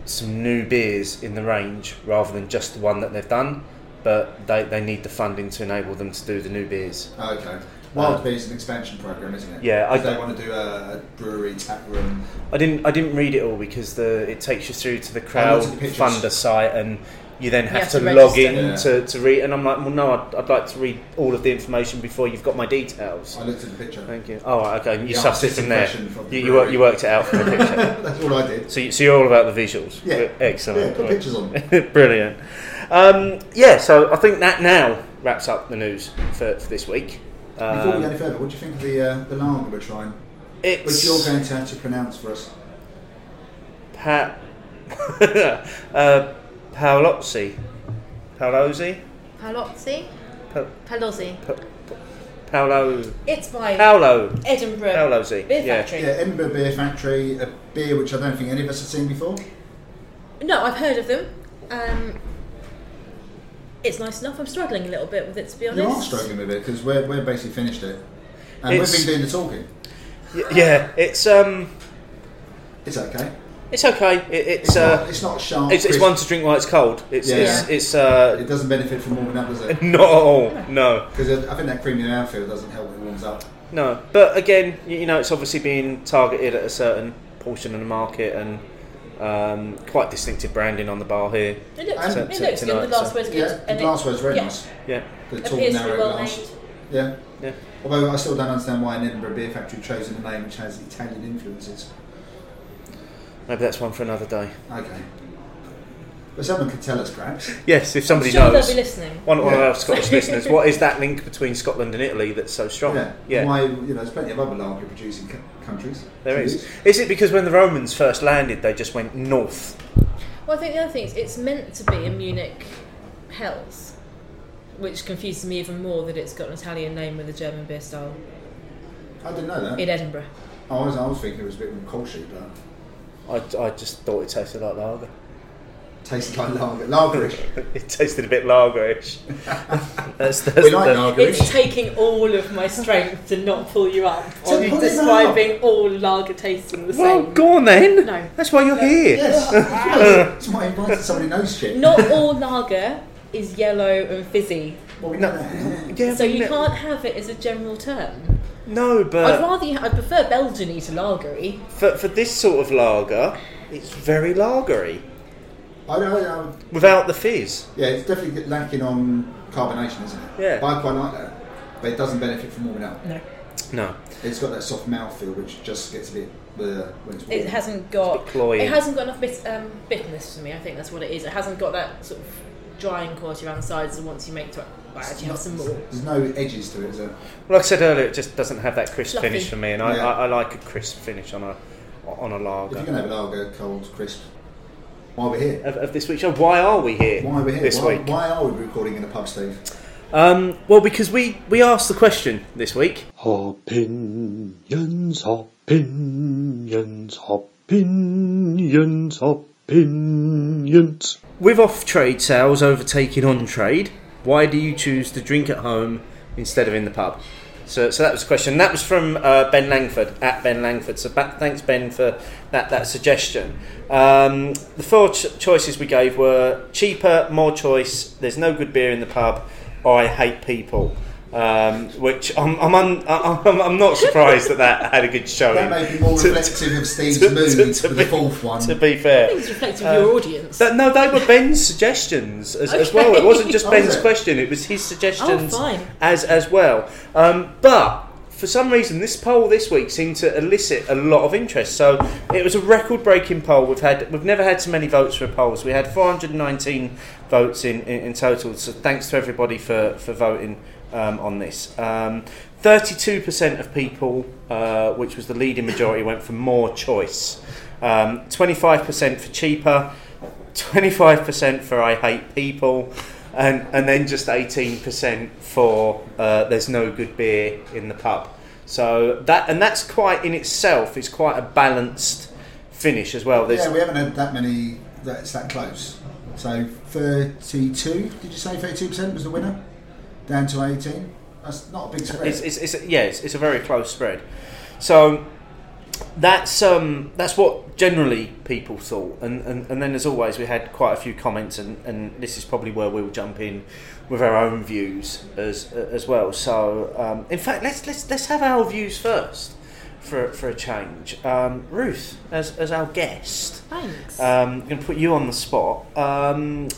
S4: some new beers in the range rather than just the one that they've done, but they, they need the funding to enable them to do the new beers.
S3: Oh, okay. Wild Beer is an expansion program, isn't it?
S4: Uh, Yeah, I-
S3: 'Cause they want to do a, a brewery tap room.
S4: I didn't. I didn't read it all because the it takes you through to the crowd
S3: lots of the pictures.
S4: funder site, and you then have,
S5: have
S4: to,
S5: to
S4: log
S5: register.
S4: in
S3: Yeah.
S4: to, to read. And I'm like, well, no, I'd, I'd like to read all of the information before you've got my details.
S3: I looked at the picture.
S4: Thank you. Oh, right, okay. You
S3: The
S4: sussed it
S3: artistic
S4: from there.
S3: impression from the
S4: you, you, work,
S3: brewery.
S4: you worked it out from the picture.
S3: That's all I did.
S4: so, you, so you're all about the visuals.
S3: Yeah. Yeah,
S4: Excellent.
S3: put pictures on.
S4: Brilliant. Um, yeah. So I think that now wraps up the news for, for this week.
S5: Uh,
S3: Before we
S4: Um,
S3: go any further, what do you think of the uh, the lager we're trying? Which
S4: it's
S3: you're going to have to pronounce for us.
S4: Pat uh, Paolozzi. Paolozzi.
S5: Palozzi?
S4: Pa-
S5: Palozzi.
S4: Paolo.
S5: It's by
S4: Paolo.
S5: Edinburgh
S4: Paolozzi.
S5: Beer
S4: yeah.
S5: Factory.
S3: Yeah, Edinburgh Beer Factory, a beer which I don't think any of us have seen before.
S5: No, I've heard of them. Um, it's nice enough. I'm struggling a little bit with it, to be honest.
S3: You are struggling with it because we're, we're basically finished it, and
S4: It's-
S3: we've been doing the talking.
S4: Y- Yeah. It's um.
S3: It's okay.
S4: It's okay. It, it's
S3: It's,
S4: uh.
S3: not, it's not sharp.
S4: It's, it's
S3: crisp.
S4: one to drink while it's cold. It's
S3: Yeah.
S4: it's, it's uh.
S3: It doesn't benefit from warming up, does it?
S4: Not at all. No.
S3: Because I think that creamy outfield doesn't help when it warms up.
S4: No, but again, y- you know, it's obviously being targeted at a certain portion of the market and um, quite distinctive branding on the bar here.
S5: It looks, it
S3: And-
S5: looks good. The
S4: Tonight,
S5: glassware's
S4: so-
S5: good.
S3: Yeah, the
S5: and it
S3: glassware's very
S5: yeah.
S3: nice.
S4: Yeah,
S3: The tall,
S5: appears to be
S3: narrow
S5: well
S3: glass.
S5: made.
S3: Yeah.
S4: yeah.
S3: Although I still don't understand why an Edinburgh Beer Factory chose a name which has Italian influences.
S4: Maybe that's one for another day.
S3: Okay. But someone could tell us, perhaps.
S4: Yes, if somebody
S5: Sure,
S4: knows.
S5: they'll be listening.
S4: One, one of
S3: Yeah.
S4: our Scottish listeners, what is that link between Scotland and Italy that's so strong?
S3: Yeah. Why, you know, there's plenty of other lager producing co- countries.
S4: there is. Is it because when the Romans first landed, they just went north?
S5: Well, I think the other thing is it's meant to be a Munich Hells, which confuses me even more that it's got an Italian name with a German beer style
S3: I didn't know that.
S5: in Edinburgh.
S3: I, was, I was thinking it was a bit more culture, but
S4: I, I just thought it tasted like lager.
S3: tasted like lager. Lagerish.
S4: It tasted a bit lagerish. that's, that's
S3: we like
S4: the-
S5: It's
S3: lagerish.
S5: taking all of my strength to not pull you up
S3: So
S5: on
S3: pull it
S5: describing all lager tasting the
S4: Well,
S5: same.
S4: go on then.
S5: No.
S4: That's why you're here.
S3: Yes. That's why I invited somebody who knows shit.
S5: Not all lager is yellow and fizzy,
S3: Well, we know that.
S4: Yeah,
S5: so
S4: but
S5: you
S4: no-
S5: can't have it as a general term.
S4: No,
S5: I'd
S4: but
S5: rather you, I prefer Belgian to lagery.
S4: for, for this sort of lager, it's very lagery
S3: I don't know.
S4: without the fizz.
S3: Yeah, it's definitely lacking on carbonation, isn't it?
S4: Yeah.
S3: But I quite like that. But it doesn't benefit from warming up.
S5: No,
S4: No,
S3: It's got that soft mouthfeel which just gets a bit bleh when it's warm.
S5: it hasn't got.
S4: bit cloying.
S5: It hasn't got enough bit, um, bitterness for me. I think that's what it is. It hasn't got that sort of drying quality around the sides. And once you make to, I actually have some more.
S3: There's no edges to it, is there?
S4: like I said earlier, it just doesn't have that crisp
S5: Fluffy.
S4: finish for me, and I,
S3: Yeah.
S4: I, I like a crisp finish on a on a
S3: If you're
S4: lager.
S3: going to have a lager, cold, crisp, why we're here.
S4: Of, of this week show, why are we here?
S3: Why we're here.
S4: this
S3: why,
S4: week?
S3: why are we recording in a pub, Steve?
S4: Um, well, because we we asked the question this week.
S6: Opinions, opinions, opinions, opinions.
S4: With off trade sales overtaking on trade, why do you choose to drink at home instead of in the pub? So, so that was a question. That was from uh, Ben Langford at Ben Langford. So ba- thanks Ben for that that suggestion. Um, the four ch- choices we gave were cheaper, more choice. There's no good beer in the pub. Or I hate people. Um, which I'm I'm, un- I- I'm I'm not surprised that that had a good showing.
S3: That may be more
S4: To-
S3: reflective of Steve's
S4: to-
S3: mood
S4: to- to
S3: for the
S4: be-
S3: fourth one.
S4: to be fair,
S5: It's reflective of your audience.
S4: Uh, that, no, they were Ben's suggestions as, as
S5: Okay.
S4: well. It wasn't just
S3: Oh,
S4: Ben's
S3: was it?
S4: question; it was his suggestions
S5: Oh, fine.
S4: as as well. Um, but for some reason, this poll this week seemed to elicit a lot of interest. So it was a record-breaking poll. We've had we've never had so many votes for a poll. So we had 419 votes in, in, in total. So thanks to everybody for for voting um, on this. Um, 32% of people, uh, which was the leading majority, went for more choice. Um, 25% for cheaper, 25% for I hate people, and, and then just 18% for uh, there's no good beer in the pub. So that and that's quite in itself is quite a balanced finish as well. There's
S3: Yeah, we haven't had that many that's that close. So 32, did you say 32% was the winner? Down to 18? That's not a big spread.
S4: It's, it's, it's, yeah, it's, it's a very close spread. So that's um that's what generally people thought and, and and then as always we had quite a few comments and and this is probably where we'll jump in with our own views as as well so um in fact let's let's let's have our views first for for a change um ruth as as our guest
S2: Thanks.
S4: um i'm gonna put you on the spot um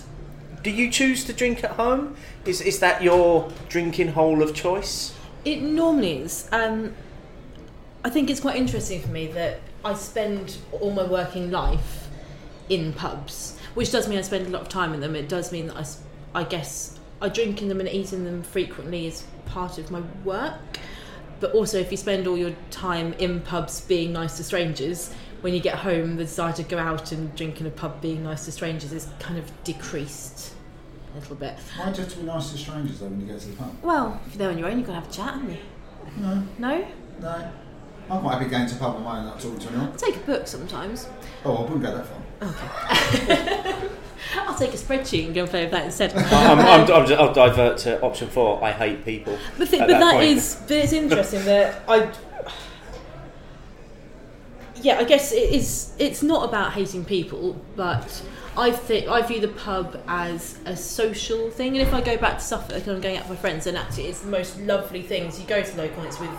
S4: do you choose to drink at home is is that your drinking hole of choice
S5: It normally is. Um, I think it's quite interesting for me that I spend all my working life
S2: in pubs, which does mean I spend a lot of time in them. It does mean that I, s- I guess I drink in them and eat in them frequently is part of my work. But also, if you spend all your time in pubs being nice to strangers, when you get home, the desire to go out and drink in a pub being nice to strangers is kind of decreased a little bit.
S3: Why do you have to be nice to strangers though when you go to the pub?
S2: Well, if you're there on your own, you've got to have a chat, haven't you?
S3: No,
S2: No?
S3: no. I'm quite happy going to a pub on my own, not talking to anyone.
S2: Take a book sometimes.
S3: Oh, I wouldn't go that far.
S2: I'll take a spreadsheet and go and play with that instead.
S4: I'm, I'm, I'm just, I'll divert to option four. I hate people.
S5: But, th-
S4: at
S5: but that
S4: point.
S5: is, but it's interesting that I.
S2: yeah, I guess it is. It's not about hating people, but I think I view the pub as a social thing. And if I go back to Suffolk and I'm going out with my friends, then actually it's the most lovely thing. So you go to local, and it's with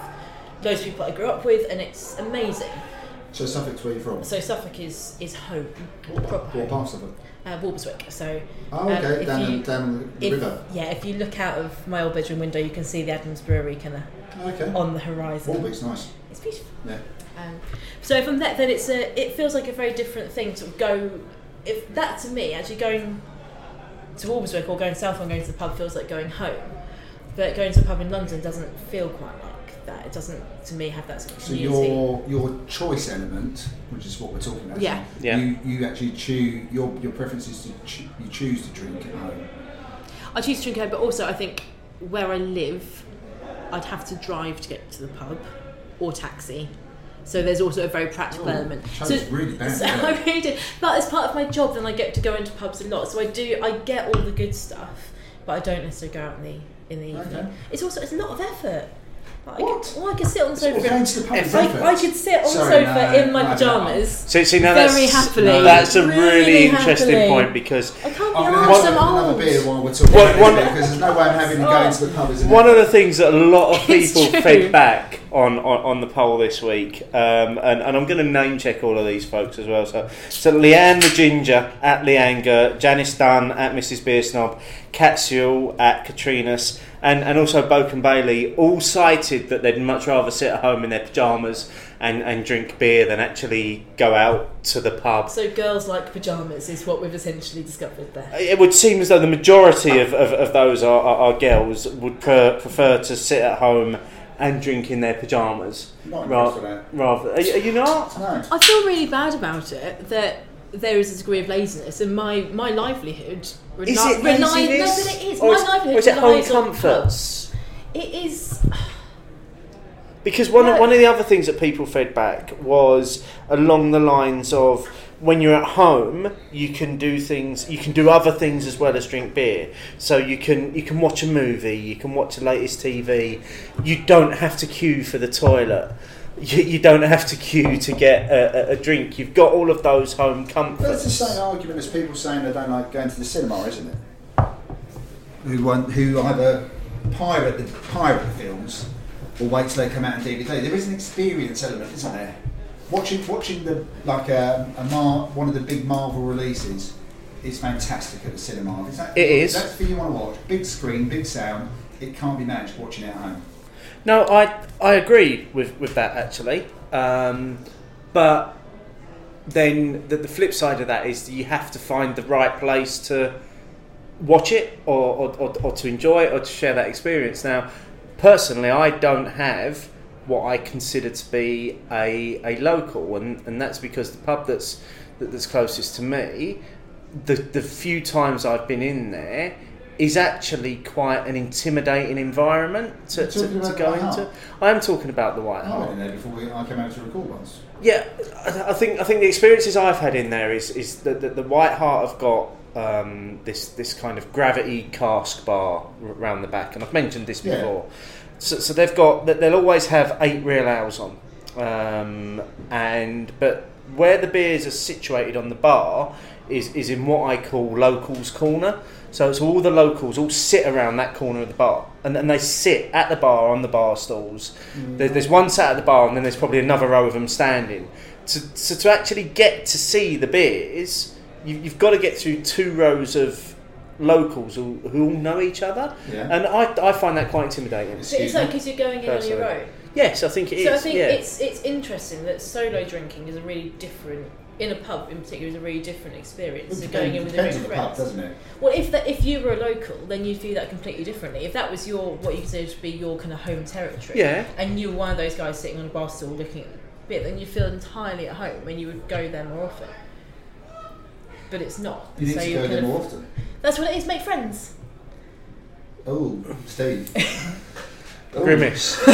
S2: loads of people that I grew up with, and it's amazing.
S3: So Suffolk's where you're from?
S2: So Suffolk is is home, proper
S3: What
S2: home,
S3: parts of it?
S2: uh, Walberswick. So
S3: Oh,
S2: um,
S3: okay,
S2: if
S3: down,
S2: you-
S3: down the
S2: if,
S3: river.
S2: yeah, if you look out of my old bedroom window, you can see the Adams Brewery kind of
S3: Okay.
S2: on the horizon.
S3: Warwick's nice.
S2: It's beautiful.
S3: Yeah.
S2: Um, so from that, then it's a. It feels like a very different thing to go. If that to me, actually going to Walberswick or going south and going to the pub feels like going home, but going to a pub in London doesn't feel quite like that. It doesn't to me have that sort of
S3: So
S2: community.
S3: your your choice element, which is what we're talking about.
S2: Yeah.
S4: Yeah.
S3: You, you actually choose your your preference is to cho- you choose to drink at home.
S2: I choose to drink home, but also I think where I live, I'd have to drive to get to the pub or taxi. So there's also a very practical
S3: Oh,
S2: element.
S3: sounds
S2: so,
S3: really bad,
S2: So
S3: yeah.
S2: I really did. But as part of my job, then I get to go into pubs a lot. So I do. I get all the good stuff, but I don't necessarily go out in the in the evening.
S3: Okay.
S2: It's also it's a lot of effort. Like, I
S3: What?
S2: could, well, I could sit on the
S3: Or
S2: sofa.
S3: going to the pub is
S2: I,
S3: effort.
S2: I could sit on
S3: Sorry,
S2: the
S3: no,
S2: sofa in my
S3: no, no.
S2: pajamas.
S4: So, see, now
S2: Very
S4: that's,
S2: happily.
S4: That's a really,
S2: Really
S4: interesting
S2: happily.
S4: point because
S2: I can't be
S3: I'm gonna
S2: arsed,
S3: have
S4: One-
S2: I'm
S3: another
S2: old. Oh.
S3: beer while we're talking
S4: One-
S3: about
S4: one-
S3: this because there's no way I'm having to go into the pub, isn't
S4: one
S3: there?
S4: of the things that a lot of
S2: It's
S4: people
S2: true.
S4: fed back on, on, on the poll this week, um, and, and I'm going to name check all of these folks as well. So, so Leanne the Ginger at Leanger, Janice Dunn at Mrs. Beer Snob, Catsiel at Katrina's, and, and also Boke and Bailey all cited that they'd much rather sit at home in their pyjamas and, and drink beer than actually go out to the pub
S2: So girls like pajamas is what we've essentially discovered there.
S4: It would seem as though the majority of, of, of those are, are, are girls would pre- prefer to sit at home and drink in their pyjamas.
S3: Not
S4: ra-
S3: impressed with that.
S4: rather, are, you- are you not?
S3: No.
S2: I feel really bad about it that there is a degree of laziness, and my my livelihood reli-
S4: Is it
S2: relies.
S4: laziness?
S2: No, but it is.
S4: Or
S2: my
S4: is-
S2: livelihood
S4: or is it home
S2: relies on pubs.
S4: comforts?
S2: It is.
S4: Because one, of,
S2: No.
S4: one of the other things that people fed back was along the lines of when you're at home, you can do things, you can do other things as well as drink beer. So you can you can watch a movie, you can watch the latest TV. You don't have to queue for the toilet. You, you don't have to queue to get a, a, a drink. You've got all of those home
S3: That's the
S4: comforts.
S3: same argument as people saying they don't like going to the cinema, isn't it? Who want, who either pirate the pirate films or wait till they come out on DVD. There is an experience element, isn't there? Watching watching the like a, a Mar, one of the big Marvel releases is fantastic at the cinema. Is that,
S4: It is.
S3: That's the thing you want to watch. Big screen, big sound. It can't be managed watching it at home.
S4: No, I I agree with with that actually, um, but then the, the flip side of that is you have to find the right place to watch it or or, or, or to enjoy it or to share that experience. Now, personally, I don't have what I consider to be a a local, and and that's because the pub that's that, that's closest to me, the the few times I've been in there. Is actually quite an intimidating environment to, to,
S3: Talking
S4: to
S3: about
S4: go
S3: the Oh, White
S4: into. I am talking about the White
S3: I
S4: Hart.
S3: went in there before we, I came out to record once.
S4: Yeah, I I think I think the experiences I've had in there is is that the, the White Hart have got um, this this kind of gravity cask bar r- round the back, and I've mentioned this
S3: Yeah.
S4: before. So, so they've got that they'll always have eight real owls on, um, and but where the beers are situated on the bar is is in what I call locals corner. So it's all the locals all sit around that corner of the bar, and then they sit at the bar on the bar stools. There's, there's one sat at the bar, and then there's probably another row of them standing. To, so to actually get to see the beers, you, you've got to get through two rows of locals who, who all know each other,
S3: Yeah.
S4: and I, I find that quite intimidating.
S2: But it's like because you're going in on your
S4: Personally.
S2: own.
S4: Yes, I think it is.
S2: So I think
S4: yeah.
S2: it's it's interesting that solo drinking is a really different in a pub in particular is a really different experience to going in with your own
S3: depends on the pub,
S2: friends.
S3: doesn't it?
S2: well, if that if you were a local, then you'd view that completely differently. If that was your what you consider to be your kind of home territory,
S4: Yeah.
S2: and you were one of those guys sitting on a bar stool looking at the bit, then you feel entirely at home and you would go there more often. But it's not.
S3: You need to
S2: you're
S3: go
S2: kind
S3: there
S2: of-
S3: more often.
S2: That's what it is. Make friends.
S3: Oh, Steve. Oh.
S4: Grimace.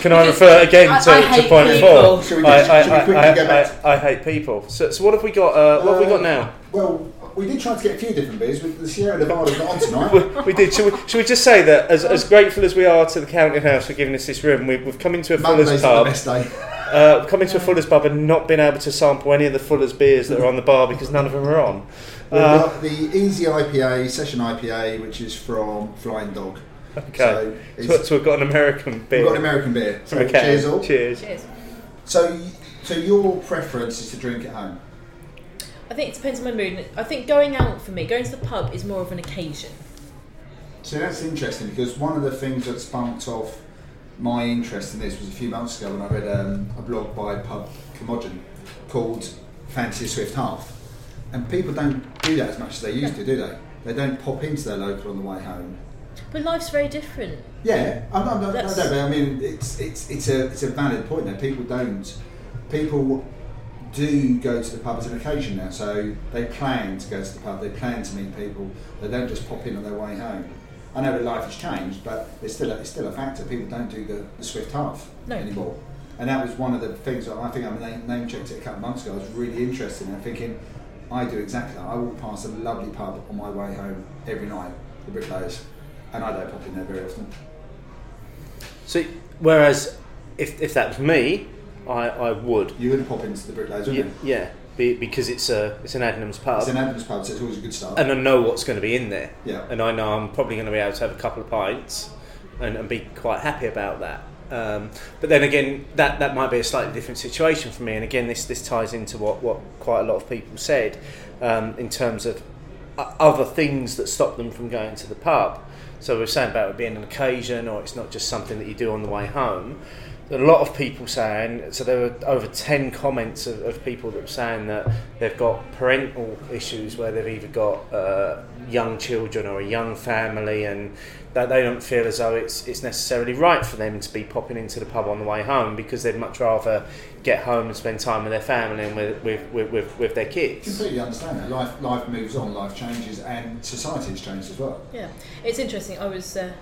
S4: Can I refer again
S2: I-
S4: to,
S2: I
S4: to
S2: hate
S4: point
S2: people.
S4: four?
S3: Shall we-
S4: I, I,
S3: shall we quickly
S4: I, I,
S3: go back
S4: I, I hate people. So, so what have we got? Uh, what have we got
S3: Uh,
S4: now?
S3: Well, we did try to get a few different beers, but the Sierra Nevada's not on tonight.
S4: We, we did. Should we, should we just say that as,
S2: Uh-huh.
S4: as grateful as we are to the counting house for giving us this room, we've, we've come into a Fuller's
S3: Monday's not the
S4: pub,
S3: best day.
S4: uh, we've come into a
S2: Uh-huh.
S4: Fuller's pub and not been able to sample any of the Fuller's beers that are on the bar because none of them are on.
S3: We've
S4: Uh,
S3: got the Easy IPA, Session IPA, which is from Flying Dog.
S4: okay,
S3: So,
S4: so,
S3: it's,
S4: so we've got an American
S3: we've
S4: beer
S3: got an American beer. So
S4: from a can.
S3: cheers all.
S4: Cheers.
S2: Cheers.
S3: So, y- so your preference is to drink at home.
S2: I think it depends on my mood. I think going out for me, going to the pub is more of an occasion.
S3: So that's interesting because one of the things that spunked off my interest in this was a few months ago when I read um, a blog by Pub Curmudgeon called Fancy Swift Half. And people don't do that as much as they used to, do they? They don't pop into their local on the way home.
S2: But life's very different.
S3: Yeah, I, I, I,
S2: That's-
S3: I don't know. I mean, it's it's it's a it's a valid point there. People don't. People do go to the pub as an occasion now, so they plan to go to the pub. They plan to meet people. They don't just pop in on their way home. I know that life has changed, but it's still a, it's still a factor. People don't do the, the swift half
S2: No.
S3: anymore, and that was one of the things that I think I name, name checked it a couple of months ago. I was really interested in it, thinking I do exactly that. I walk past a lovely pub on my way home every night, the Bricklayers, and I don't pop in there very often.
S4: So, whereas if, if that was me, I, I would.
S3: You would pop into the Bricklayers,
S4: Yeah,
S3: wouldn't you?
S4: yeah be, because it's a it's an Adnams pub,
S3: It's an Adams pub, so it's always a good start.
S4: and I know what's going to be in there.
S3: Yeah.
S4: and I know I'm probably going to be able to have a couple of pints, and, and be quite happy about that. Um, but then again, that, that might be a slightly different situation for me. And again, this this ties into what, what quite a lot of people said um, in terms of o- other things that stop them from going to the pub. So we we're saying about it being an occasion, or it's not just something that you do on the way home. a lot of people saying so there were over 10 comments of, of people that were saying that they've got parental issues where they've either got uh, young children or a young family and that they don't feel as though it's it's necessarily right for them to be popping into the pub on the way home because they'd much rather get home and spend time with their family and with with, with, with, with their kids
S3: completely understand that. Life, life moves on, life changes, and society has changed as well.
S2: Yeah, it's interesting. I was, uh,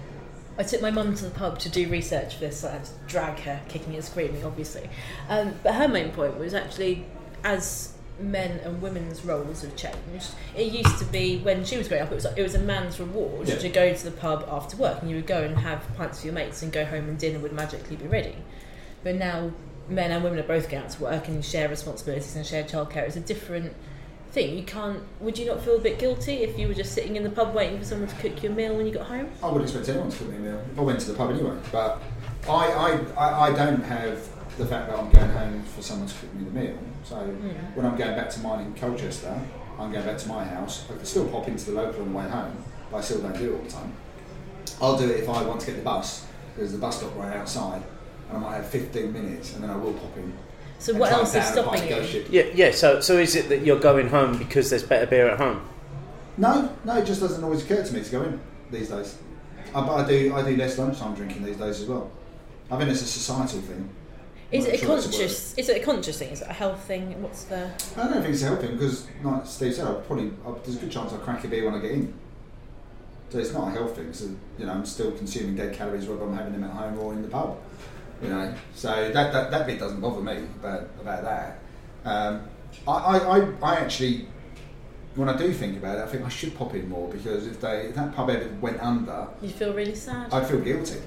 S2: I took my mum to the pub to do research for this. So I had to drag her, kicking and screaming, obviously. Um, but her main point was actually, as men and women's roles have changed, it used to be when she was growing up, it was it was a man's reward
S3: Yeah.
S2: to go to the pub after work, and you would go and have pints with your mates and go home, and dinner would magically be ready. But now men and women are both going out to work and share responsibilities and share childcare. It's a different thing. You can't. Would you not feel a bit guilty if you were just sitting in the pub waiting for someone to cook your meal when you got home?
S3: I would expect anyone to cook me a meal if I went to the pub anyway. But I, I, I, I don't have the fact that I'm going home for someone to cook me the meal. So when I'm going back to mine in Colchester, I'm going back to my house. I can still pop into the local on the way home, but I still don't do it all the time. I'll do it if I want to get the bus because the bus stop right outside, and I might have 15 minutes, and then I will pop in.
S2: So
S3: and
S2: what
S3: try
S2: else
S3: and
S2: is
S3: down a pint
S2: stopping
S3: of
S2: you?
S3: ghost ship.
S4: yeah yeah so so is it that you're going home because there's better beer at home
S3: No, no, it just doesn't always occur to me to go in these days. I, but I do, I do less lunchtime drinking these days as well. I think it's a societal thing.
S2: Is
S3: I'm
S2: it a
S3: sure it's a
S2: conscious? Is it a conscious thing? Is it a health thing? What's the?
S3: I don't think it's helping because, like Steve said, I'll probably i there's a good chance I'll crack a beer when I get in. So it's not a health thing. So you know, I'm still consuming dead calories whether I'm having them at home or in the pub. You know, so that that, that bit doesn't bother me. But about that, um, I, I, I I actually when I do think about it, I think I should pop in more because if they if that pub ever went under,
S2: You feel really sad.
S3: I'd feel guilty.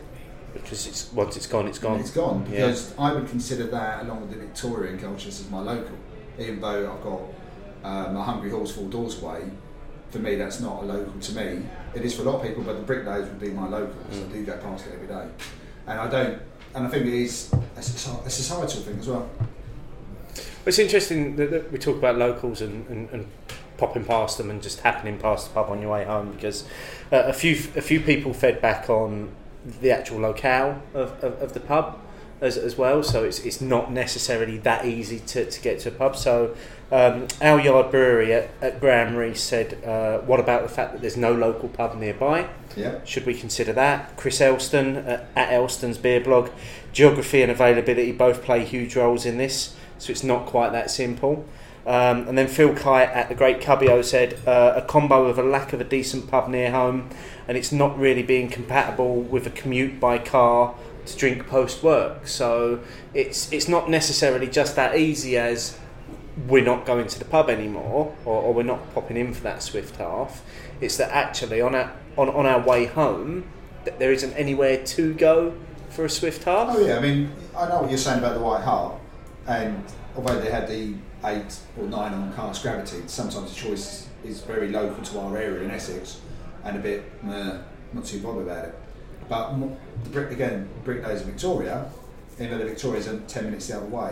S4: because it's once it's gone, it's
S3: And
S4: gone.
S3: It's gone
S4: Yeah.
S3: because I would consider that, along with the Victorian cultures, as my local. Even though I've got uh, my Hungry Horse Four Doors Way, for me that's not a local to me. It is for a lot of people, but the Bricklayers would be my local. So I
S4: Mm.
S3: do go past it every day, and I don't. And I think it is a, soci- a societal thing as well.
S4: It's interesting that, that we talk about locals and, and, and popping past them and just happening past the pub on your way home because uh, a few a few people fed back on the actual locale of, of, of the pub as, as well. So it's, it's not necessarily that easy to, to get to a pub. So um, our yard brewery at, at Graham Reese said, uh, what about the fact that there's no local pub nearby?
S3: Yeah.
S4: Should we consider that? Chris Elston uh, at Elston's Beer Blog. Geography and availability both play huge roles in this, so it's not quite that simple. Um, and then Phil Kite at The Great Cubbio said uh, a combo of a lack of a decent pub near home and it's not really being compatible with a commute by car to drink post work. So it's, it's not necessarily just that easy as we're not going to the pub anymore or, or we're not popping in for that swift half it's that actually on our on, on our way home that there isn't anywhere to go for a swift half
S3: Oh yeah, I mean, I know what you're saying about the White Hart, and although they had the eight or nine on cast gravity, sometimes the choice is very local to our area in Essex, and a bit uh, not too bothered about it. But m- the brick again, bricklayers in Victoria, even though the Victoria's are ten minutes the other way,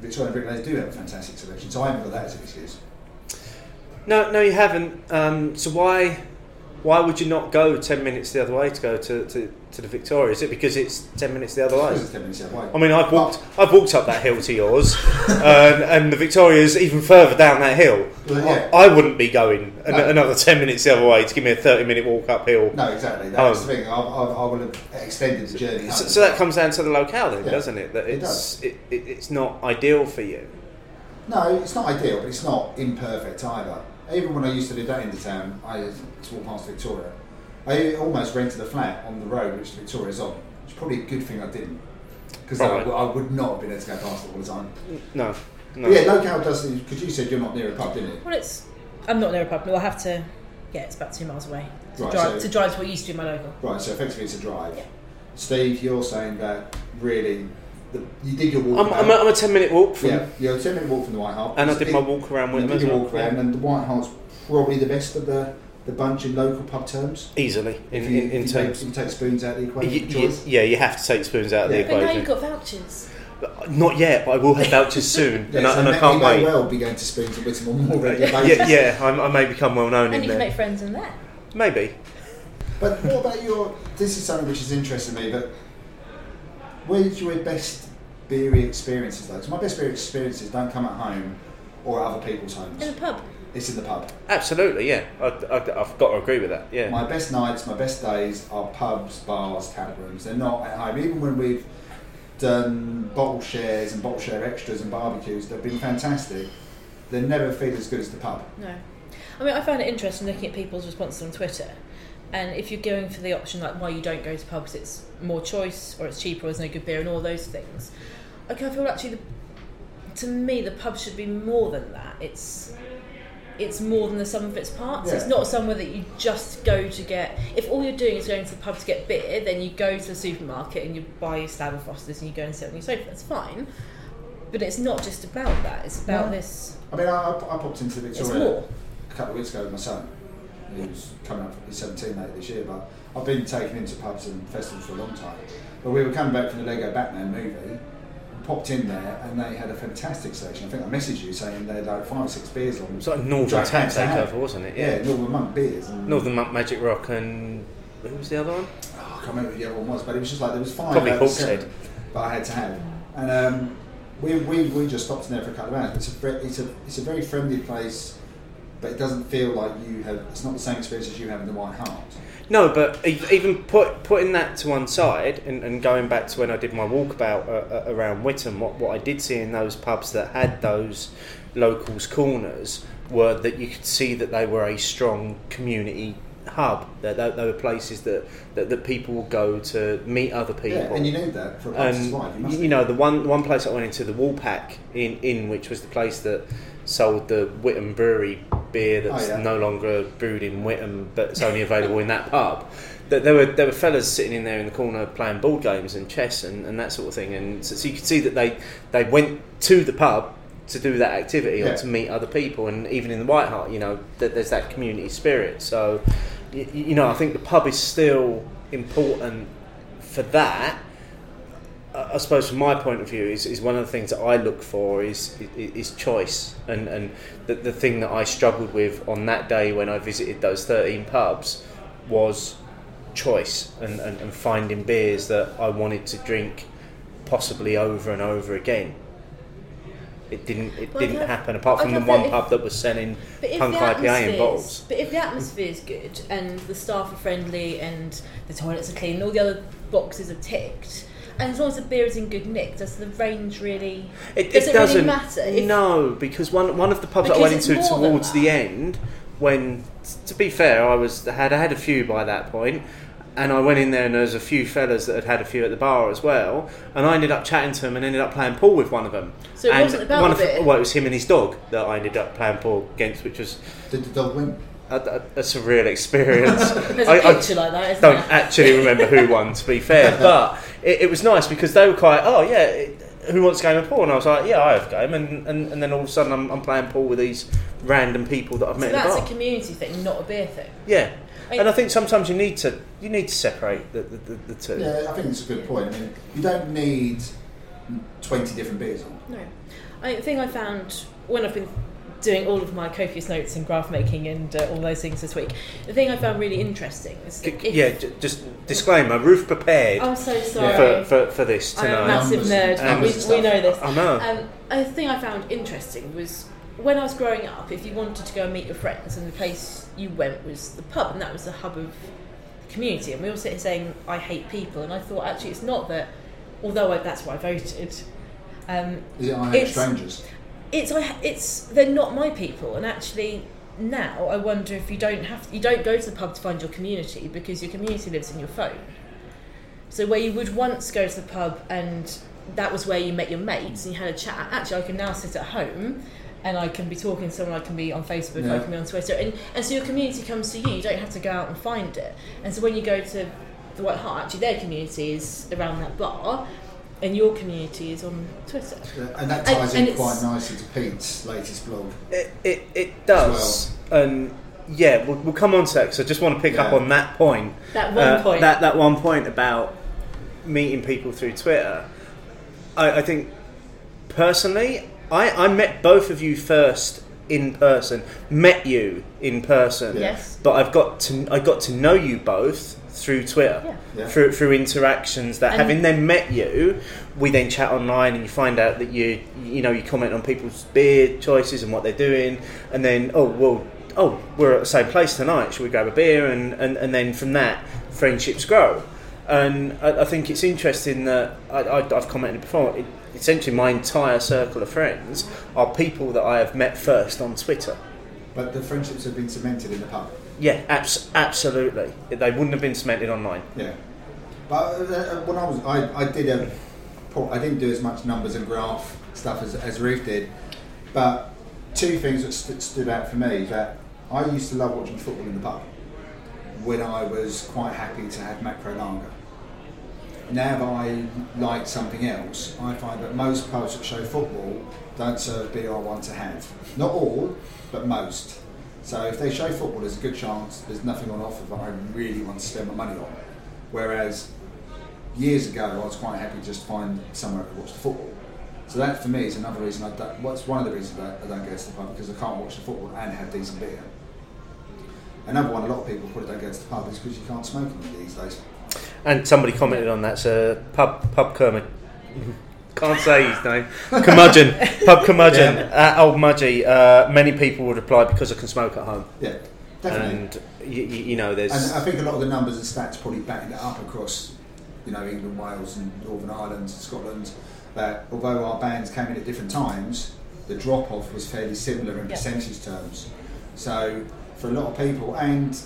S3: the Victorian bricklayers do have a fantastic selection. So I haven't got that as an excuse.
S4: no no you haven't um, so why why would you not go 10 minutes the other way to go to, to, to the victoria is it because it's 10 minutes the other way
S3: Because it's ten minutes the other way.
S4: I mean, I've walked, I've walked up that hill to yours, um, and the Victoria's even further down that hill.
S3: Well, yeah.
S4: I, I wouldn't be going an,
S3: No.
S4: another 10 minutes the other way to give me a 30 minute walk uphill.
S3: No, exactly. That's
S4: Oh.
S3: the thing. I, I, I will have extended the journey.
S4: So,
S3: home.
S4: so that comes down to the locale, then,
S3: Yeah.
S4: doesn't it? That
S3: It
S4: it's it it, it's not ideal for you.
S3: No, it's not ideal, but it's not imperfect either. Even when I used to live that end of town, I used to walk past Victoria. I almost rented a flat on the road which Victoria's on. It's probably a good thing I didn't, because I,
S4: Probably.
S3: I would not have been able to go past it all the time.
S4: No, no.
S3: But yeah, locale does because you said you're not near a pub, didn't you?
S5: Well, it's. I'm not near a pub. but I'll have to. Yeah, it's about two miles away to
S3: Right,
S5: drive
S3: so-
S5: to drive to what used to be my local.
S3: Right, so effectively it's a drive.
S5: Yeah.
S3: Steve, you're saying that really, the, you did your walk.
S4: I'm,
S3: around.
S4: I'm, a, I'm a 10 minute walk from,
S3: yeah, you're a ten minute walk from the White Hart,
S4: and I did my walk around with
S3: You
S4: them
S3: did
S4: as
S3: your
S4: well.
S3: walk around, and the White Hart's probably the best of the the bunch in local pub terms.
S4: Easily, in,
S3: If you-
S4: in, in
S3: if you
S4: terms.
S3: Take, if you take spoons out of the
S4: Y-
S3: equation,
S4: y-
S3: choice.
S4: yeah, you have to take spoons out of
S3: Yeah.
S4: the
S5: But now you've
S4: equation.
S5: got vouchers.
S4: Not yet, but I will have vouchers soon,
S3: Yeah,
S4: and, I,
S3: so
S4: and
S3: may-
S4: I can't
S3: you may
S4: wait.
S3: well be going to spoons and Whittam on more regular basis.
S4: yeah, yeah, I'm, I may become well known
S5: And
S4: in
S5: you can
S4: there.
S5: make friends in there.
S4: Maybe.
S3: But what about your? This is something which is interesting to me. But where's your best beery experiences though? 'Cause my best beer experiences don't come at home or at other people's homes.
S5: In a pub.
S3: It's in the pub.
S4: Absolutely, yeah. I, have got to agree with that. Yeah.
S3: My best nights, my best days are pubs, bars, tap rooms. They're not at home. Even when we've done bottle shares and bottle share extras and barbecues, they've been fantastic. They never feel as good as the pub.
S5: No. I mean, I found it interesting looking at people's responses on Twitter. And if you're going for the option like why you don't go to pubs, it's more choice or it's cheaper or there's no good beer and all those things. Okay, I feel actually, the, to me, the pub should be more than that. It's it's more than the sum of its parts. It's
S3: Yeah.
S5: not somewhere that you just go to get. If all you're doing is going to the pub to get beer, then you go to the supermarket and you buy your slab of Fosters and you go and sit on your sofa. That's fine, but it's not just about that. It's about
S3: No.
S5: this.
S3: I mean, I, I I popped into the
S5: It's
S3: Victoria
S5: more.
S3: a couple of weeks ago with my son, who's coming up, he's 17 later this year, but I've been taken into pubs and festivals for a long time. But we were coming back from the Lego Batman movie, popped in there, and they had a fantastic selection. I think I messaged you saying they had like five or six beers on.
S4: It was like Northern
S3: Jack
S4: Tap
S3: Hanks had.
S4: Takeover, wasn't it?
S3: Yeah, Northern Monk beers. And
S4: Northern Monk Magic Rock and. Who was the other one?
S3: oh, I can't remember what the other one was, but it was just like there was five.
S4: Probably
S3: out of
S4: Hawkshead.
S3: seven that I had to have, and um, we, we, we just stopped in there for a couple of hours. It's a fri- it's a it's a very friendly place, but it doesn't feel like you have. It's not the same experience as you have in the White Hart.
S4: No, but e- even put, putting that to one side and, and going back to when I did my walkabout uh, uh, around Whittam, what, what I did see in those pubs that had those locals' corners were that you could see that they were a strong community hub. That they, they were places that, that, that people would go to meet other people.
S3: Yeah, and you need that for a pub
S4: Um,
S3: to survive. You must
S4: you know, the one one place I went into, the Woolpack in in which was the place that sold the Whittam Brewery beer that's
S3: Oh, yeah.
S4: no longer brewed in Whittam, but it's only available in that pub. That there were there were fellas sitting in there in the corner playing board games and chess and, and that sort of thing, and so, so you could see that they they went to the pub to do that activity
S3: Yeah.
S4: or to meet other people, and even in the White Hart, you know, that there's that community spirit. So, you, you know, I think the pub is still important for that. I I suppose from my point of view is, is one of the things that I look for is is, is choice and and the, the thing that I struggled with on that day when I visited those thirteen pubs was choice and, and, and finding beers that I wanted to drink possibly over and over again. It didn't it
S2: Well, I
S4: didn't
S2: don't-
S4: happen apart from
S2: I
S4: the
S2: don't
S4: one
S2: think-
S4: pub that was selling
S2: But if
S4: punk
S2: the
S4: IPA in
S2: atmosphere's-
S4: bottles.
S2: But if the atmosphere is good and the staff are friendly and the toilets are clean and all the other boxes are ticked, and as long as the beer is in good nick, does the range really?
S4: It,
S2: does it
S4: it
S2: really
S4: doesn't
S2: matter if-
S4: no, because one one of the pubs that I
S2: Because
S4: went
S2: it's
S4: into
S2: more than
S4: towards
S2: that.
S4: the end, when t- to be fair, I was had I had a few by that point, and I went in there and there was a few fellas that had had a few at the bar as well, and I ended up chatting to them and ended up playing pool with one of them.
S2: So it
S4: And
S2: wasn't about
S4: one of
S2: the
S4: the-
S2: bit.
S4: well, it was him and his dog that I ended up playing pool against, which was
S3: Did the dog win?
S4: a, a, a surreal experience.
S2: There's a
S4: I- I-
S2: picture like that, isn't
S4: don't
S2: there?
S4: actually remember who won, to be fair, but it, it was nice because they were quite, oh yeah, it, who wants a game of pool? And I was like, yeah, I have a game, and, and, and then all of a sudden I'm, I'm playing pool with these random people that I've
S2: So
S4: met in
S2: that's a
S4: the bar.
S2: community thing, not a beer thing.
S4: yeah,
S2: I-
S4: and I think sometimes you need to you need to separate the the, the, the two.
S3: Yeah, I think it's a good point. I mean, you don't need twenty different beers on.
S2: No. I the thing I found when I've been doing all of my copious notes and graph making and uh, all those things this week, the thing I found really interesting is
S4: C-
S2: that if-
S4: yeah, j- just disclaimer. Roof prepared
S2: I'm so Oh, sorry.
S4: for, for, for this
S2: I'm a
S4: tonight. Um,
S3: that's-
S2: massive
S3: Numbers
S2: nerd.
S3: and
S2: and
S3: numbers
S2: we,
S3: and
S2: we
S3: stuff.
S2: know this.
S4: I know.
S2: Um, a thing I found interesting was when I was growing up, if you wanted to go and meet your friends, and the place you went was the pub, and that was the hub of the community. And we all sit here saying, I hate people. And I thought, actually, it's not that, although I, that's why I voted. Um,
S3: Is it Iron
S2: It's-
S3: Strangers?
S2: it's I, it's they're not my people and actually now I wonder if you don't have you don't go to the pub to find your community because your community lives in your phone so where you would once go to the pub and that was where you met your mates and you had a chat actually I can now sit at home and I can be talking to someone I can be on Facebook I
S3: Yeah.
S2: can be on Twitter and, and so your community comes to you you don't have to go out and find it and so when you go to the White Hart actually their community is around that bar and your community is on Twitter
S3: And that
S2: And-
S3: ties
S2: and
S3: in
S2: it's-
S3: quite nicely to Pete's latest blog.
S4: It, it, it does. And yeah, we'll, we'll come on to that 'cause I just want to pick up
S3: Yeah.
S4: on that point.
S2: That one
S4: Uh,
S2: point.
S4: That, that one point about meeting people through Twitter. I, I think, personally, I, I met both of you first in person. Met you in person.
S2: Yes.
S4: But I've got to I got to know you both through Twitter,
S2: Yeah.
S3: Yeah.
S4: through through interactions that
S2: And-
S4: having then met you, we then chat online and you find out that you you know you comment on people's beer choices and what they're doing, and then oh well oh we're at the same place tonight, should we grab a beer and and, and then from that friendships grow, and I, I think it's interesting that I, I, I've commented before. It, essentially, my entire circle of friends are people that I have met first on Twitter.
S3: But the friendships have been cemented in the pub.
S4: Yeah, abs- absolutely. They wouldn't have been cemented online.
S3: Yeah. But uh, when I was, I, I did a, pro- I didn't do as much numbers and graph stuff as, as Ruth did. But two things that st- stood out for me that I used to love watching football in the pub when I was quite happy to have macro lager. Now that I like something else, I find that most pubs that show football don't serve beer I want to have. Not all, but most. So if they show football, there's a good chance there's nothing on offer that I really want to spend my money on. Whereas years ago, I was quite happy to just find somewhere to watch the football. So that for me is another reason I don't, what's one of the reasons that I don't go to the pub because I can't watch the football and have decent beer. Another one, a lot of people probably don't go to the pub is because you can't smoke in these days.
S4: And somebody commented on that, so pub pub curmud. Can't say his name. Curmudgeon. Pub curmudgeon. Uh, old Mudgy. Uh, many people would reply because I can smoke at home.
S3: Yeah, definitely.
S4: And, y- y- you know, there's.
S3: And uh, I think a lot of the numbers and stats probably back it up across, you know, England, Wales, and Northern Ireland, and Scotland. That although our bands came in at different times, the drop off was fairly similar in
S2: Yeah.
S3: percentage terms. So for a lot of people, and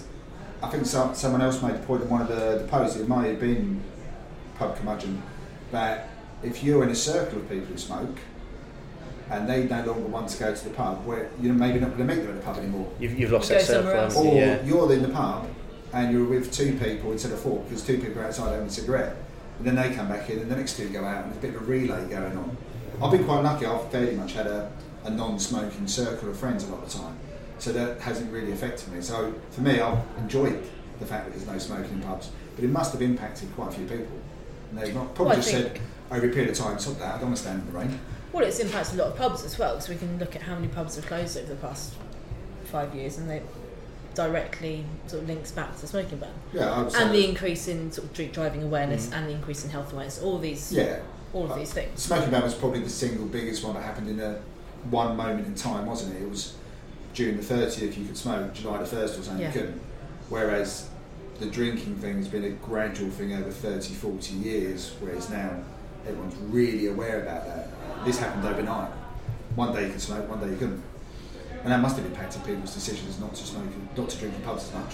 S3: I think some, someone else made the point in one of the, the posts. It might have been Pub Curmudgeon that if you're in a circle of people who smoke, and they no longer want to go to the pub, where you're maybe not going to meet them at the pub anymore.
S4: You've, you've lost
S5: Go
S4: that
S5: somewhere
S4: circle.
S5: else.
S4: haven't
S3: Or
S4: you? Yeah.
S3: you're in the pub and you're with two people instead of four because two people are outside having a cigarette. And then they come back in and the next two go out and there's a bit of a relay going on. I've been quite lucky, I've fairly much had a, a non smoking circle of friends a lot of the time. So that hasn't really affected me. So for me, I've enjoyed the fact that there's no smoking in pubs, but it must have impacted quite a few people. And they've not probably
S5: Well, I
S3: just
S5: think-
S3: said over a period of time, stop that, I don't want to stand in the rain.
S5: Well, it's impacted a lot of pubs as well, because we can look at how many pubs have closed over the past five years, and they directly sort of links back to the smoking ban.
S3: Yeah, I would say.
S5: And the increase in sort of drink driving awareness
S4: Mm.
S5: and the increase in health awareness, all these,
S3: yeah.
S5: all of these things.
S3: Smoking ban was probably the single biggest one that happened in a one moment in time, wasn't it? It was June the 30th you could smoke, July the 1st or something
S5: Yeah.
S3: you couldn't. Whereas the drinking thing has been a gradual thing over 30, 40 years, whereas now everyone's really aware about that. This happened overnight. One day you could smoke, one day you couldn't. And that must have impacted people's decisions not to smoke, not to drink in pubs as much.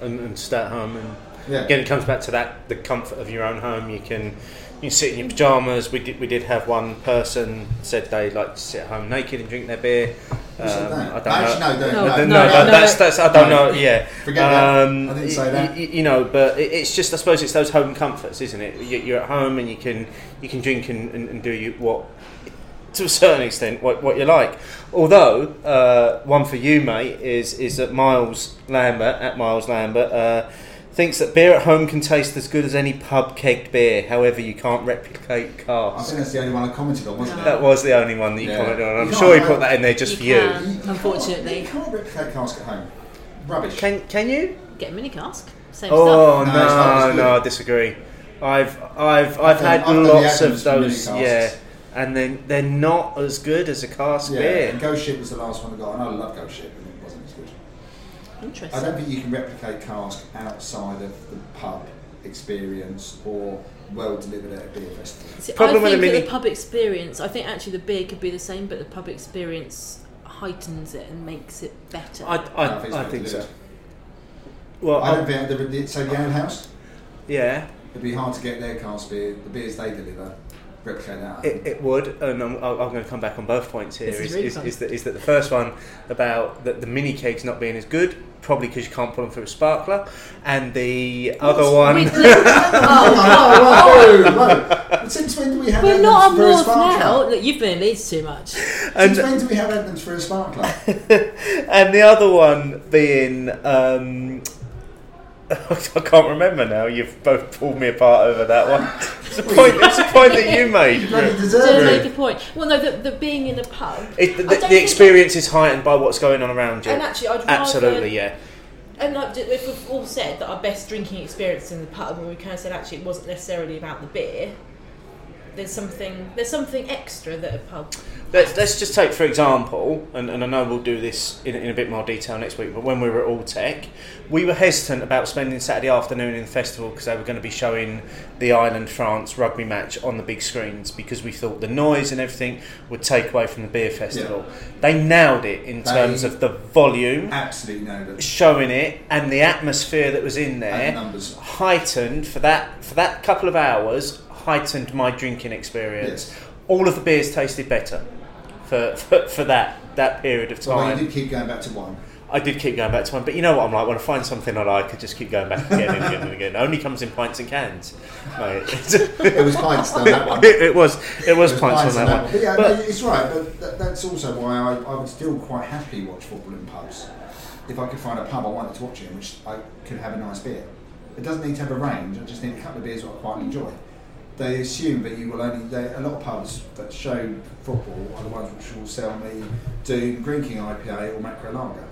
S4: And, and stay at home. And
S3: Yeah.
S4: again, it comes back to that the comfort of your own home. You can you can sit in your pajamas. We did we did have one person said they like to sit at home naked and drink their beer.
S3: Who said
S4: Um,
S3: that?
S4: I don't know.
S3: Actually, no, don't-
S4: No,
S3: no,
S4: Uh, no,
S3: no,
S4: that,
S3: no.
S4: that's that's I don't
S3: No.
S4: know. Yeah, Um,
S3: Forget that. I didn't
S4: y-
S3: say that.
S4: y- y- you know, but it, it's just I suppose it's those home comforts, isn't it? You, you're at home and you can you can drink and, and, and do you what to a certain extent what, what you like. Although uh, one for you, mate, is is that Miles Lambert at Miles Lambert. Uh, Thinks that beer at home can taste as good as any pub kegged beer. However, you can't replicate
S3: I
S4: cars.
S3: think that's the only one I commented on, wasn't
S4: That
S3: it?
S4: was the only one that you
S3: Yeah.
S4: commented on. I'm
S3: You
S4: sure he
S3: can't-
S4: put that in there just for
S2: You
S4: you.
S2: can.
S3: You can't-
S2: Um, Unfortunately.
S3: You can't replicate cask at home. Rubbish.
S4: Can can you?
S2: Get a mini cask. Same
S4: Oh
S2: stuff.
S4: no,
S3: No, it's not as
S4: no,
S3: good.
S4: I disagree. I've I've I've
S3: done-
S4: had
S3: I've done the
S4: lots
S3: Adams
S4: of those,
S3: mini casks.
S4: yeah, and then they're not as good as a cask
S3: Yeah, and
S4: beer.
S3: Ghost Ship was the last one I got, and I love Ghost Ship, and it wasn't as good. I don't
S2: Interesting.
S3: think you can replicate cask outside of the pub experience or well delivered at a beer festival.
S2: See,
S4: Problem
S2: I
S4: with a
S2: think that
S4: mini-
S2: the pub experience. I think actually the beer could be the same, but the pub experience heightens it and makes it better.
S4: I
S3: don't
S4: I,
S3: it's
S4: I
S3: well
S4: think so.
S3: delivered.
S4: Well,
S3: I don't
S4: I-
S3: think the, the, so the ale house.
S4: yeah,
S3: It'd be hard to get their cask beer, the beers they deliver, replicate that.
S4: it, it would, and I'm, I'm going to come back on both points here.
S2: This is
S4: Is,
S2: really
S4: is,
S2: fun.
S4: is that is that the first one about the, the mini cakes not being as good, probably because you can't put them through a sparkler, and the other one.
S2: We'd live-
S3: Oh, no, no, no, no. Since when do we have
S2: We're
S3: Adams
S2: not up
S3: for a
S2: north now.
S3: sparkler?
S2: Look, you've been in Leeds too much.
S4: And-
S3: Since when do we have Adams for a sparkler?
S4: and the other one being um, I can't remember now. You've both pulled me apart over that one. It's a point. It's a point that you made.
S3: Bloody
S2: Don't
S3: deserve
S2: make a
S3: it.
S2: point. Well, no, the, the being in a pub.
S4: It, the,
S2: I don't
S4: the
S2: think-
S4: experience is heightened by what's going on around you.
S5: And actually, I'd rather-
S4: absolutely, yeah.
S5: And like, ju- if we've all said that our best drinking experience in the pub, and we kind of said actually it wasn't necessarily about the beer. There's something, there's something extra that a pub.
S4: Let's, let's just take, for example, and, and I know we'll do this in, in a bit more detail next week, but when we were at All Tech, we were hesitant about spending Saturday afternoon in the festival because they were going to be showing the Ireland France rugby match on the big screens because we thought the noise and everything would take away from the beer festival. They nailed it in
S3: They-
S4: terms of the volume,
S3: Absolutely no. but-
S4: showing it, and the atmosphere that was in
S3: And the
S4: there
S3: numbers.
S4: heightened for that for that couple of hours heightened my drinking experience.
S3: Yes.
S4: All of the beers tasted better for for, for that that period of
S3: Well,
S4: time.
S3: you did keep going back to one.
S4: I did keep going back to one, but you know what I'm like. When I find something I like, I just keep going back again and again and again. It only comes in pints and cans. Mate. it,
S3: It was pints on that one.
S4: it was it was
S3: There's bias
S4: pints on
S3: in
S4: that
S3: But
S4: one.
S3: yeah,
S4: But
S3: no, it's right. But that, that's also why I, I would still quite happily watch football in pubs. If I could find a pub I wanted to watch it in, which I could have a nice beer. It doesn't need to have a range. I just need a couple of beers that I quite enjoy. They assume that you will only. They, a lot of pubs that show football are the ones which will sell me Doom drinking IPA or macro lager.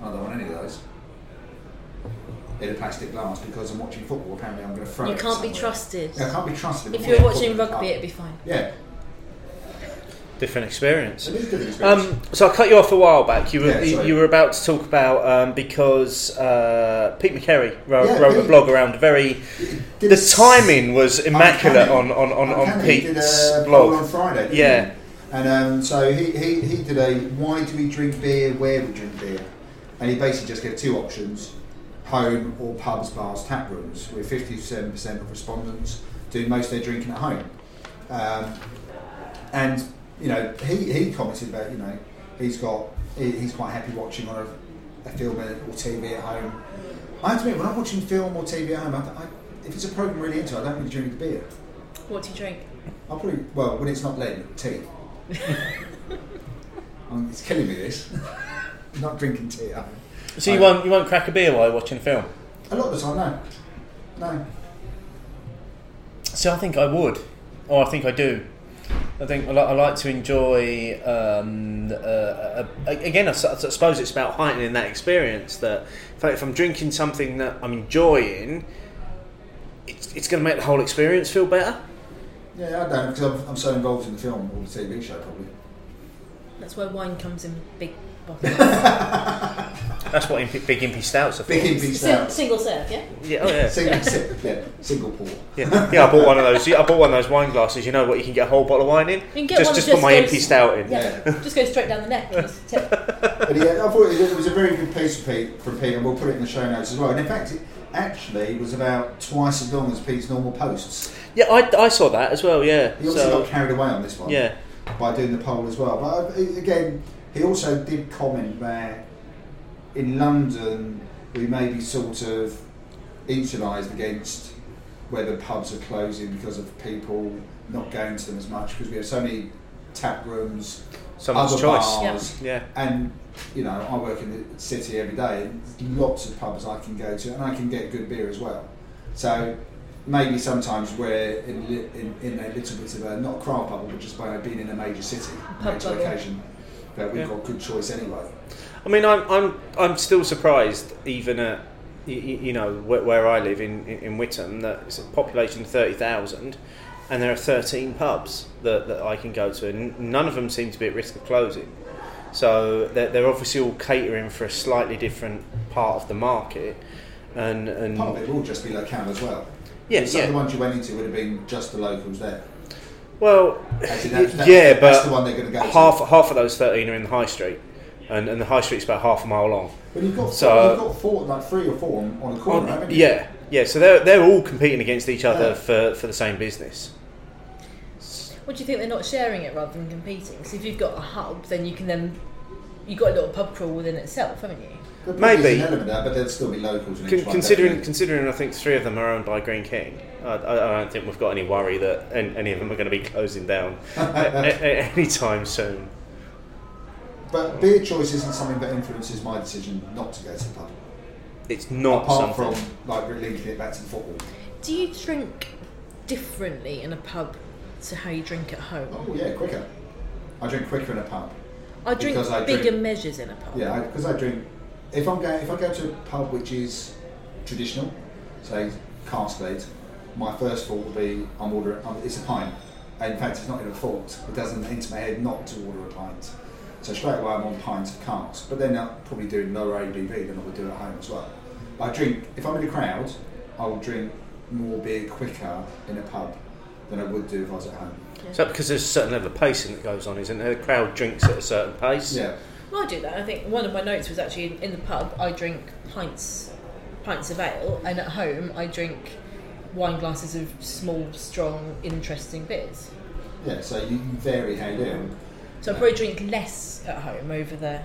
S3: I don't want any of those. In a plastic glass because I'm watching football. Apparently, I'm going to throw
S5: You
S3: it
S5: can't be
S3: somewhere.
S5: trusted.
S3: Yeah, I can't be trusted.
S5: If
S3: I'm
S5: you were watching
S3: football in a pub.
S5: rugby, it'd be fine.
S3: yeah,
S4: different experience.
S3: it is a good experience.
S4: Um, so I cut you off a while back. You were
S3: Yeah, sorry.
S4: you were about to talk about um, because uh, Pete McCary wrote,
S3: Yeah,
S4: wrote a
S3: Pete.
S4: blog around very.
S3: Did
S4: the
S3: a-
S4: timing was immaculate
S3: Uncanny.
S4: on on on, on
S3: Uncanny. He did a
S4: Pete's
S3: poll on
S4: blog.
S3: Friday. Didn't
S4: Yeah.
S3: he? And um, so he, he, he did a why do we drink beer, where we drink beer, and he basically just gave two options: home or pubs, bars, tap rooms. With fifty-seven percent of respondents doing most of their drinking at home, um, and you know, he, he commented about, you know, he's got, he, he's quite happy watching on a, a film or TV at home. I have to admit, when I'm watching film or TV at home, I, I, if it's a program I'm really into, I don't really drink beer.
S2: What do you drink?
S3: I'll probably, well, when it's not lead, tea. um, it's killing me this. not drinking tea at home.
S4: So you won't you won't crack a beer while you're watching a film.
S3: A lot of the time, no. No.
S4: So I think I would, or I think I do. I think I, li- I like to enjoy. Um, uh, uh, again, I, s- I suppose it's about heightening that experience. That if, I, if I'm drinking something that I'm enjoying, it's, it's going to make the whole experience feel better.
S3: Yeah, I don't, because I'm, I'm so involved in the film or the TV show, probably.
S2: That's where wine comes in big bottles.
S4: That's what imp- big impy stouts are. for.
S3: Big
S2: Sin-
S3: impy stout.
S2: single serve, yeah?
S4: Yeah, oh yeah.
S3: Single, si- yeah, single pour.
S4: yeah, yeah. I bought one of those. I bought one of those wine glasses. You know what? You can get a whole bottle of wine in.
S2: can get
S4: just
S2: one
S4: just
S2: that
S4: put my
S2: just
S4: impy
S2: goes-
S4: stout in.
S2: Yeah. Just go straight down the neck. Just tip.
S3: But yeah, I thought it was a very good piece from Pete, from Pete, and we'll put it in the show notes as well. And in fact, it actually was about twice as long as Pete's normal posts.
S4: Yeah, I, I saw that as well. Yeah.
S3: He obviously
S4: So
S3: got carried away on this one
S4: yeah,
S3: by doing the poll as well. But uh, again, he also did comment that in London we may be sort of insulated against whether pubs are closing because of people not going to them as much because we have so many tap rooms,
S4: someone's
S3: other
S4: choice.
S3: bars,
S4: Yeah.
S3: and you know I work in the city every day. and there's Lots of pubs I can go to, and I can get good beer as well. So maybe sometimes we're in, li- in, in a little bit of a not a craft bubble, but just by being in a major city,
S2: Pub
S3: major
S2: bubble.
S3: location, that we've
S4: Yeah.
S3: got good choice anyway.
S4: I mean, I'm I'm I'm still surprised, even at you, you know where, where I live in in, in Whittam, that it's a population of thirty thousand, and there are thirteen pubs that, that I can go to, and none of them seem to be at risk of closing. So they're, they're obviously all catering for a slightly different part of the market, and and
S3: Part of it will just be local as well.
S4: yeah,
S3: Some of the
S4: yeah.
S3: ones you went into would have been just the locals there.
S4: Well,
S3: Actually, that's, that's,
S4: yeah,
S3: that's
S4: but
S3: the one they're going to go
S4: half
S3: to.
S4: half of those thirteen are in the high street, and and the high street's about half a mile long.
S3: But you've got,
S4: so-
S3: you've got four, like three or four on, on a corner,
S4: Oh,
S3: haven't you?
S4: yeah, yeah. So they're they're all competing against each other
S3: Yeah.
S4: for, for the same business.
S2: What do you think they're not sharing it rather than competing? Because if you've got a hub, then you can then you've got a little pub crawl within itself, haven't you?
S3: There probably
S4: Maybe.
S3: is an element of that, but there'd still be locals. In each
S4: Con-
S3: one,
S4: considering
S3: definitely.
S4: considering, I think three of them are owned by Green King. I, I, I don't think we've got any worry that an- any of them are going to be closing down a- a- anytime soon.
S3: But beer choice isn't something that influences my decision not to go to the pub.
S4: It's not
S3: Apart
S4: something.
S3: from like linking it back to the football.
S2: Do you drink differently in a pub to how you drink at home?
S3: Oh yeah, quicker. I drink quicker in a pub.
S2: I drink
S3: because I
S2: bigger
S3: drink-
S2: measures in a pub.
S3: Yeah, because I, drink. If I'm going, if I go to a pub which is traditional, say Caskade, my first thought will be I'm ordering. Um, it's a pint. And in fact, it's not even a thought. It doesn't enter my head not to order a pint. So straight away I'm on pints of cask, but then I'll probably do lower ABV than I would do at home as well. But I drink. If I'm in a crowd, I will drink more beer quicker in a pub than I would do if I was at home.
S4: Is that because there's a certain level of pacing that goes on, isn't there? The crowd drinks at a certain pace.
S3: Yeah.
S2: Well, I do that. I think one of my notes was actually in, in the pub. I drink pints, pints of ale, and at home I drink wine glasses of small, strong, interesting beers.
S3: Yeah, so you you vary how you do.
S2: So I probably drink less at home over the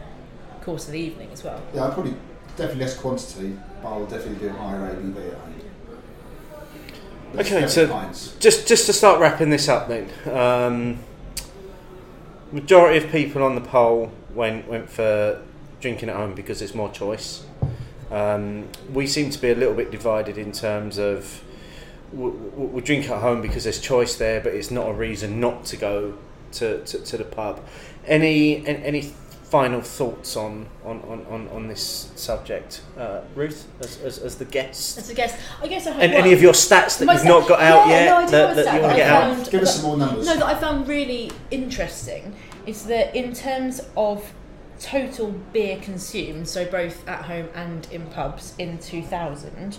S2: course of the evening as well.
S3: Yeah, I'd probably definitely less quantity, but I'll definitely do higher ABV at home. But it's
S4: Okay,
S3: definitely
S4: so-
S3: pints.
S4: Just just to start wrapping this up then. Um, majority of people on the poll went went for drinking at home because there's more choice. Um, we seem to be a little bit divided in terms of we, we we drink at home because there's choice there, but it's not a reason not to go to, to, to the pub. Any an- any final thoughts on on, on, on, on this subject, uh, Ruth, as, as, as the guest,
S2: As a guest, I guess I had
S4: and
S2: one.
S4: any of your stats that
S2: My
S4: you've
S2: stat-
S4: not got out
S2: yeah,
S4: yet
S2: no, I do
S4: that,
S2: have a
S4: that
S2: stat
S4: you want
S2: that
S4: to get
S2: I
S4: out?
S2: found-
S3: Give us
S2: that-
S3: some more numbers.
S2: No, that I found really interesting is that in terms of total beer consumed, so both at home and in pubs in 2000,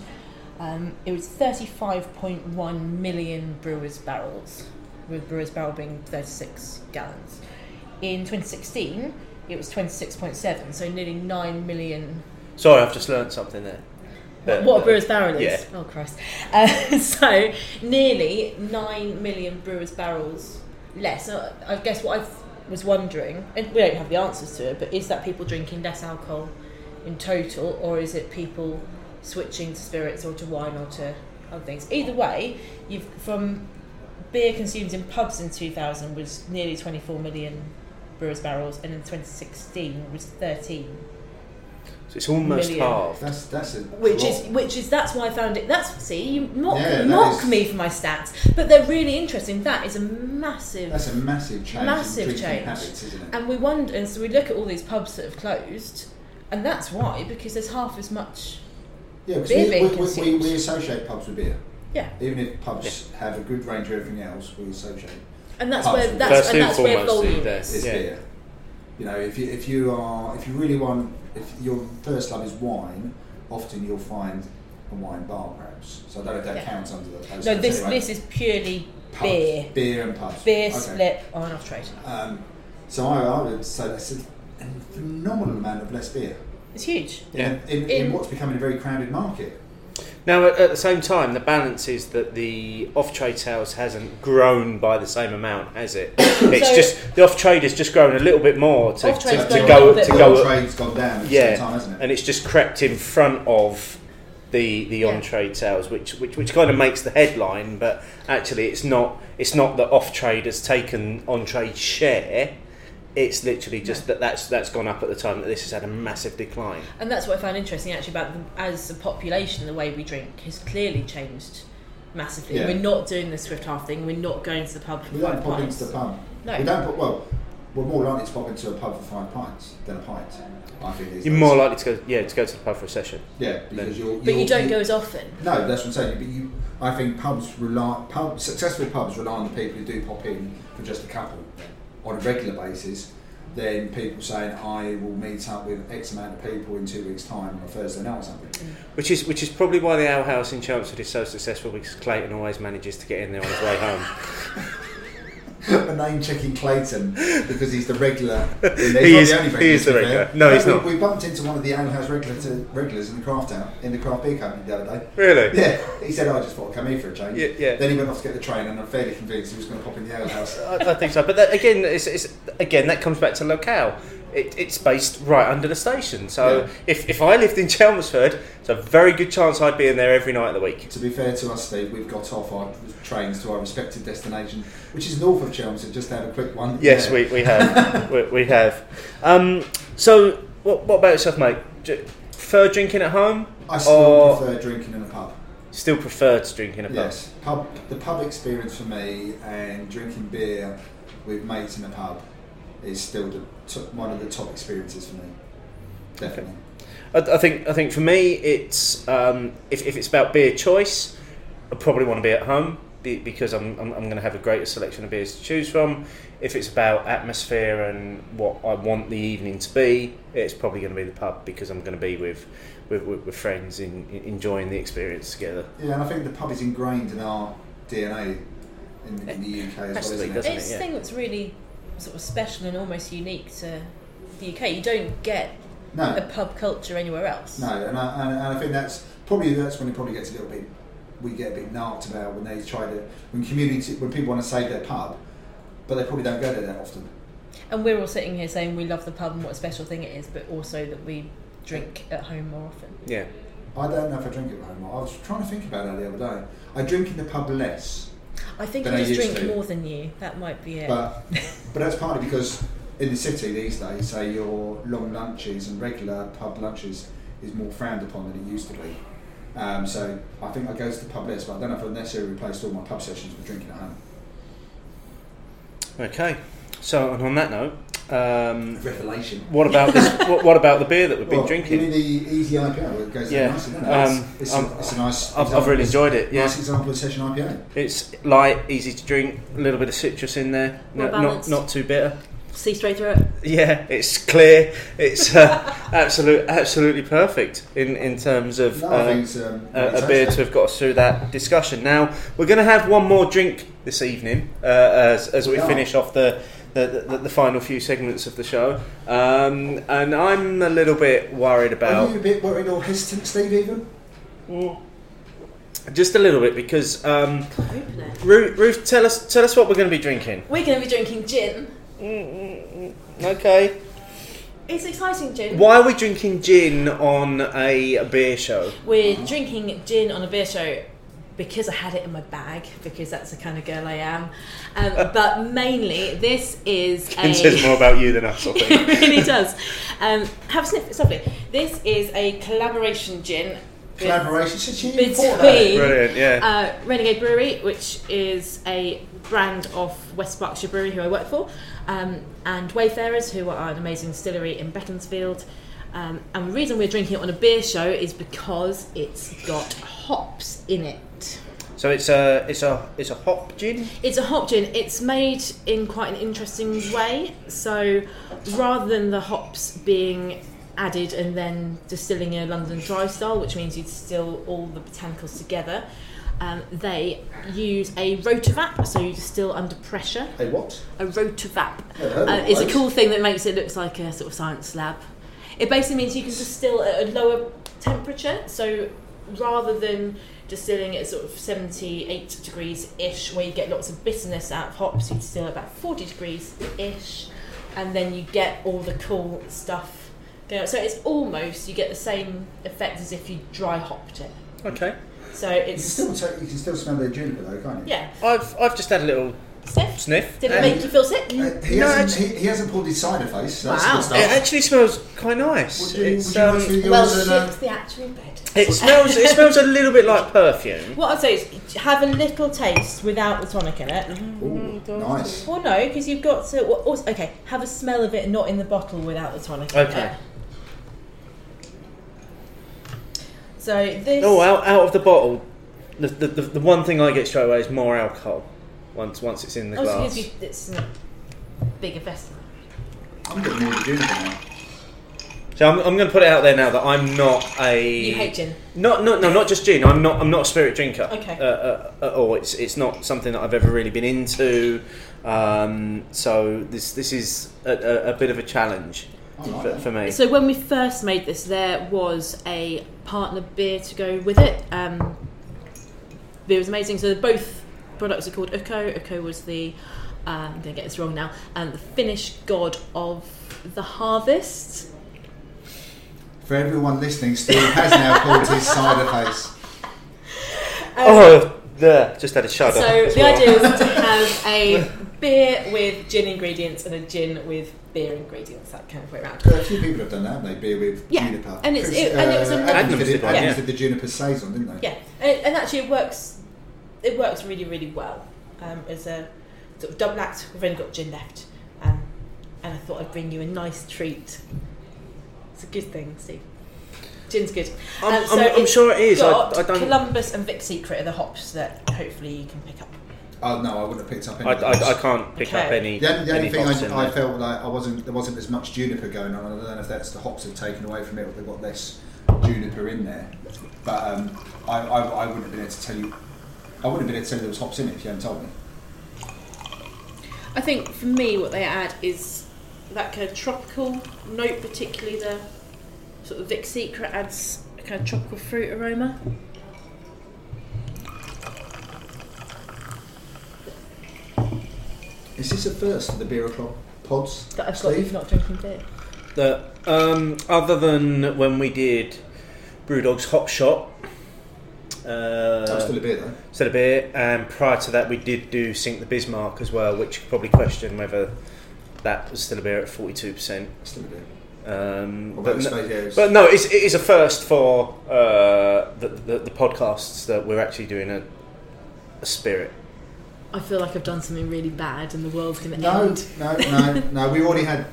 S2: um, it was 35.1 million brewers' barrels, with brewers' barrel being 36 gallons. In 2016, it was 26.7, so nearly 9 million
S4: Sorry, I've just learnt something there. uh,
S2: What, what a brewer's barrel is.
S4: Yeah.
S2: Oh, Christ. Uh, so, nearly 9 million brewer's barrels less. So I guess what I've was wondering, and we don't have the answers to it, but is that people drinking less alcohol in total, or is it people switching to spirits or to wine or to other things? Either way, you've from beer consumed in pubs in 2000 was nearly 24 million brewers' barrels, and in 2016 was 13.
S4: So it's almost
S2: Million.
S4: halved.
S3: That's that's a
S2: Which
S3: lot.
S2: is which is that's why I found it. That's see you mock,
S3: Yeah, that
S2: mock
S3: is-
S2: me for my stats, but they're really interesting. That is a massive
S3: that's a massive change.
S2: Massive
S3: in drinking
S2: change.
S3: habits, isn't it?
S2: And we wonder, and so we look at all these pubs that have closed, and that's why, because there's half as much.
S3: Yeah, because
S2: beer being
S3: we, we, we,
S2: consumed.
S3: we associate pubs with beer.
S2: Yeah,
S3: Even if pubs have a good range of everything else, we associate
S2: and that's
S3: Pubs
S2: where
S3: and
S2: that's
S4: First
S2: and
S4: and
S2: that's where
S4: foremost,
S2: volume
S4: there's-
S2: is.
S3: is
S4: Yeah.
S3: beer. You know, if you if you are if you really want if your first love is wine, often you'll find a wine bar perhaps. So I don't know if that
S2: Yeah.
S3: counts under the post.
S2: No, this this is purely beer,
S3: beer and pubs,
S2: beer
S3: Okay.
S2: split on and off trade.
S3: Um, so I, I would say that's a a phenomenal amount of less beer
S2: It's huge.
S3: in, in, in,
S2: In-
S3: what's becoming a very crowded market.
S4: Now, at, at the same time, the balance is that the off-trade sales hasn't grown by the same amount, has it? it's
S2: So-
S4: just the off-trade has just grown a little bit more to, to,
S2: Off-trade's
S4: to
S2: grown a
S4: go
S2: little
S4: to
S2: bit
S3: the
S4: go.
S3: trade's gone down at the
S4: yeah,
S3: same time, hasn't it?
S4: and it's just crept in front of the the
S2: Yeah.
S4: on-trade sales, which, which which kind of makes the headline, but actually, it's not it's not that off-trade has taken on-trade share. It's literally just that that's that's gone up at the time that this has had a massive decline.
S2: And that's what I found interesting actually about the, as a population, the way we drink has clearly changed massively.
S3: Yeah.
S2: We're not doing the swift half thing. We're not going to the pub for
S3: We
S2: five
S3: don't pop into
S2: pints.
S3: the pub.
S2: No.
S3: We don't pop, well, we're more likely to pop into a pub for five pints than a pint, I think. these
S4: You're
S3: days.
S4: more likely to go yeah to go to the pub for a session.
S3: Yeah, because you're,
S2: But you
S3: you're-
S2: don't go as often.
S3: No, that's what I'm saying. But you, I think pubs rely, pub, successful pubs rely on the people who do pop in for just a couple on a regular basis. Then people saying, I will meet up with X amount of people in two weeks' time on a Thursday night or something.
S4: Which is which is probably why the Owl House in Chelmsford is so successful because Clayton always manages to get in there on his way home.
S3: A name checking Clayton because he's the regular. He's
S4: He
S3: not
S4: is-
S3: the only regular.
S4: he is
S3: to
S4: the
S3: be fair.
S4: regular. No, he's
S3: we,
S4: not.
S3: We bumped into one of the Ale House regular to, regulars in the craft out, in the craft beer company the other day.
S4: Really?
S3: Yeah, he said, "Oh, I just thought I'd come here for a change.
S4: Yeah, yeah.
S3: Then he went off to get the train, and I'm fairly convinced he was going to pop in the Ale House.
S4: I, I think so. But that, again, it's, it's, again that comes back to locale. It, it's based right under the station. So
S3: Yeah.
S4: if, if I lived in Chelmsford, it's a very good chance I'd be in there every night of the week.
S3: To be fair to us, Steve, we've got off our trains to our respective destination, which is north of Chelmsford, just to have a quick one.
S4: Yes,
S3: Yeah.
S4: we, we have. we, we have. Um, so what, what about yourself, mate? Do, prefer drinking at home?
S3: I still
S4: or
S3: prefer drinking in a pub.
S4: Still prefer to drink in a pub?
S3: Yes, pub. The pub experience for me and drinking beer with mates in a pub is still the top, one of the top experiences for me. Definitely.
S4: I, I think I think for me, it's um, if, if it's about beer choice, I probably want to be at home be, because I'm, I'm, I'm going to have a greater selection of beers to choose from. If it's about atmosphere and what I want the evening to be, it's probably going to be the pub because I'm going to be with with, with, with friends in, in enjoying the experience together.
S3: Yeah, and I think the pub is ingrained in our DNA in, in the UK as well, isn't
S4: Absolutely,
S3: it?
S4: doesn't it?
S2: It's
S4: Yeah.
S2: a thing that's really sort of special and almost unique to the UK. You don't get a
S3: No,
S2: pub culture anywhere else.
S3: no, and I, and, and I think that's probably that's when it probably gets a little bit we get a bit narked about when they try to when community when people want to save their pub, but they probably don't go there that often.
S2: And we're all sitting here saying we love the pub and what a special thing it is, but also that we drink at home more often.
S4: Yeah.
S3: I don't know if I drink at home. I was trying to think about that the other day. I drink in the pub less,
S2: I think
S3: Than
S2: I
S3: I
S2: just
S3: used
S2: drink
S3: to.
S2: more than you. That might be it.
S3: but but that's partly because in the city these days, say your long lunches and regular pub lunches is more frowned upon than it used to be. Um, so I think I go to the pub less, but I don't know if I've necessarily replaced all my pub sessions with drinking at home.
S4: Okay. So and on that note, um,
S3: Revelation.
S4: what about this? what, what about the beer that we've been
S3: Well,
S4: drinking?
S3: Give me the easy IPA. It goes
S4: Yeah.
S3: yeah. nice. Doesn't it? It's-
S4: Um,
S3: it's,
S4: I'm-
S3: a, it's a nice.
S4: I've, I've really enjoyed it. Yeah.
S3: Nice example of session IPA.
S4: It's light, easy to drink, a little bit of citrus in there,
S7: Well
S4: no, not
S7: balanced.
S4: not too bitter.
S7: See straight through it.
S4: Yeah, it's clear. It's uh, absolute, absolutely perfect in in terms of
S3: No, I think
S4: uh,
S3: it's, um,
S4: a, a
S3: fantastic.
S4: beer to have got us through that discussion. Now we're going to have one more drink this evening uh, as as we
S3: We are.
S4: finish off the. The, the, the final few segments of the show, um, and I'm a little bit worried
S3: Are
S4: about
S3: you a bit worried or hesitant, Steve? Even
S4: just a little bit because um,
S7: Open it.
S4: Ruth, Ruth, tell us tell us what we're going to be drinking.
S2: we're going to be drinking gin
S4: Okay.
S2: It's exciting, gin.
S4: Why are we drinking gin on a beer show?
S2: We're drinking gin on a beer show because I had it in my bag because that's the kind of girl I am. Um, but mainly, this is a.
S4: It says more about you than us, I think.
S2: it really does. Um, have a sniff. It's lovely. This is a collaboration gin. with-
S3: Collaboration. Since you thought that.
S2: Between
S4: Brilliant, yeah.
S2: uh, Renegade Brewery, which is a brand of West Berkshire Brewery, who I work for, um, and Wayfarers, who are an amazing distillery in Beaconsfield. Um, and the reason we're drinking it on a beer show is because it's got hops in it.
S4: So it's a it's a it's a hop gin.
S2: It's a hop gin. It's made in quite an interesting way. So rather than the hops being added and then distilling in a London dry style, which means you distill all the botanicals together, um, they use a rotavap. So you distill under pressure.
S3: Hey, what?
S2: A rotavap
S3: Never heard of
S2: uh,
S3: that
S2: is a
S3: place.
S2: cool thing that makes it look like a sort of science lab. It basically means you can distill at a lower temperature. So rather than distilling at sort of 78 degrees ish, where you get lots of bitterness out of hops, you distill at about 40 degrees ish, and then you get all the cool stuff. going on. So it's almost, you get the same effect as if you dry hopped it.
S4: Okay.
S2: So
S3: You can
S2: it's,
S3: still take, you can still smell the juniper though, can't you?
S2: yeah.
S4: I've I've just had a little
S2: Steph,
S4: sniff.
S2: did it
S3: Um,
S2: make you feel sick?
S3: Uh, he, hasn't,
S4: No, actually-
S3: he, he hasn't pulled his cider face. So that's
S2: Wow.
S3: good stuff.
S4: It actually smells quite nice.
S3: Would you, would
S4: It's,
S3: you
S4: um,
S3: go through yours
S2: Well,
S3: and,
S2: shit,
S3: uh,
S2: the actual bed.
S4: it smells it smells a little bit like perfume.
S2: What I'd say is have a little taste without the tonic in
S4: Mm-hmm.
S2: it.
S3: ooh, nice.
S2: Well, no, because you've got to. Well, also, okay, have a smell of it not in the bottle without the tonic in
S4: Okay.
S2: it. So this.
S4: Oh, out, out of the bottle, the, the, the, the one thing I get straight away is more alcohol. Once once it's in the
S2: Also
S4: glass.
S2: gives you. It's a bigger vessel.
S3: I'm getting more juniper now.
S4: So I'm, I'm going to put it out there now that I'm not a
S2: You hate gin.
S4: Not no no not just gin. I'm not I'm not a spirit drinker.
S2: Okay.
S4: Uh, uh, at all. It's it's not something that I've ever really been into. Um, so this this is a, a, a bit of a challenge
S3: I like
S4: for,
S3: that.
S4: for me.
S2: So when we first made this, there was a partner beer to go with it. Um, beer was amazing. So both products are called Uko. Uko was the uh, I'm going to get this wrong now. Um, the Finnish god of the harvest.
S3: For everyone listening, Steve has now pulled his cider face.
S4: oh, there. Just had a shudder.
S2: So
S4: as
S2: the
S4: well.
S2: idea was to have a beer with gin ingredients and a gin with beer ingredients. That kind of way around.
S3: A few people have done that, haven't they? Beer with
S2: Yeah,
S3: juniper. Uh,
S2: and it's-
S3: Chris,
S2: it- and it was a-
S3: Adams
S4: Adams
S3: did,
S4: did one,
S3: Adams
S4: yeah.
S3: did the juniper saison, didn't they?
S2: Yeah, and, and actually it works. It works really, really well um, as a sort of double act. We've only got gin left, um, and I thought I'd bring you a nice treat. It's a good thing, Steve. Gin's good.
S4: I'm,
S2: Um, so
S4: I'm, I'm
S2: it's
S4: sure it is. I,
S2: got
S4: I don't.
S2: Columbus and Vic Secret are the hops that hopefully you can pick up.
S3: Oh no, I wouldn't have picked up any.
S4: I,
S3: of those.
S4: I, I can't pick up
S2: Okay.
S4: any.
S3: the only, the only
S4: any
S3: thing
S4: hops in
S3: I, I
S4: there.
S3: felt like I wasn't there wasn't as much juniper going on. I don't know if that's the hops have taken away from it, or they've got less juniper in there. But um, I, I, I wouldn't have been able to tell you. I wouldn't have been able to tell you there was hops in it if you hadn't told me.
S2: I think for me, what they add is that kind of tropical note, particularly the sort of Vic Secret adds a kind of tropical fruit aroma.
S3: Is this a first for the beer o'clock pods?
S2: That I've got.
S3: Steve?
S2: You've not drinking beer.
S4: that um, other than when we did Brewdog's Hop Shot. Uh,
S3: That was still a beer though.
S4: Instead of beer, and prior to that, we did do Sink the Bismarck as well, which you could probably question whether that was still a beer at 42%.
S3: Still a beer.
S4: Um,
S3: Well,
S4: but,
S3: that's
S4: no,
S3: right, yeah, it's-
S4: but no, it's, it is a first for uh, the, the, the podcasts that we're actually doing a, a spirit.
S2: I feel like I've done something really bad and the world's going to
S3: No,
S2: end.
S3: no, no, no. We already had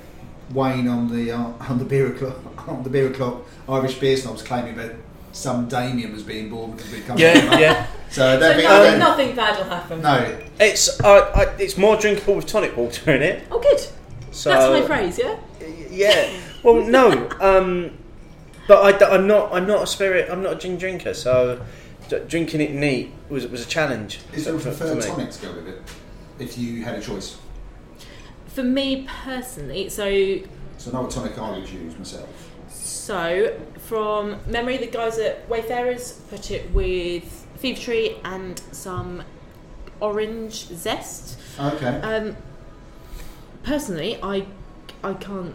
S3: Wayne on the uh, on the beer o'clock on the beer o'clock Irish beer snobs claiming that some Damien was being born because we come.
S4: Yeah, yeah.
S3: So I
S2: So
S3: don't think
S2: nothing,
S3: I don't-
S2: nothing bad will happen.
S3: no.
S4: It's uh, I, it's more drinkable with tonic water in it.
S2: Oh, good.
S4: So
S2: That's my phrase, yeah?
S4: Yeah. Well, no. Um, but I, am not. I'm not a spirit. I'm not a gin drinker. So d- drinking it neat was was a challenge.
S3: Is there a
S4: for- for
S3: preferred
S4: me.
S3: tonic to go with it? If you had a choice,
S2: For me personally, so
S3: so no tonic I would choose myself.
S2: so from memory, the guys at Wayfarers put it with fever tree and some orange zest.
S3: Uh, Okay.
S2: Um, personally, I I can't.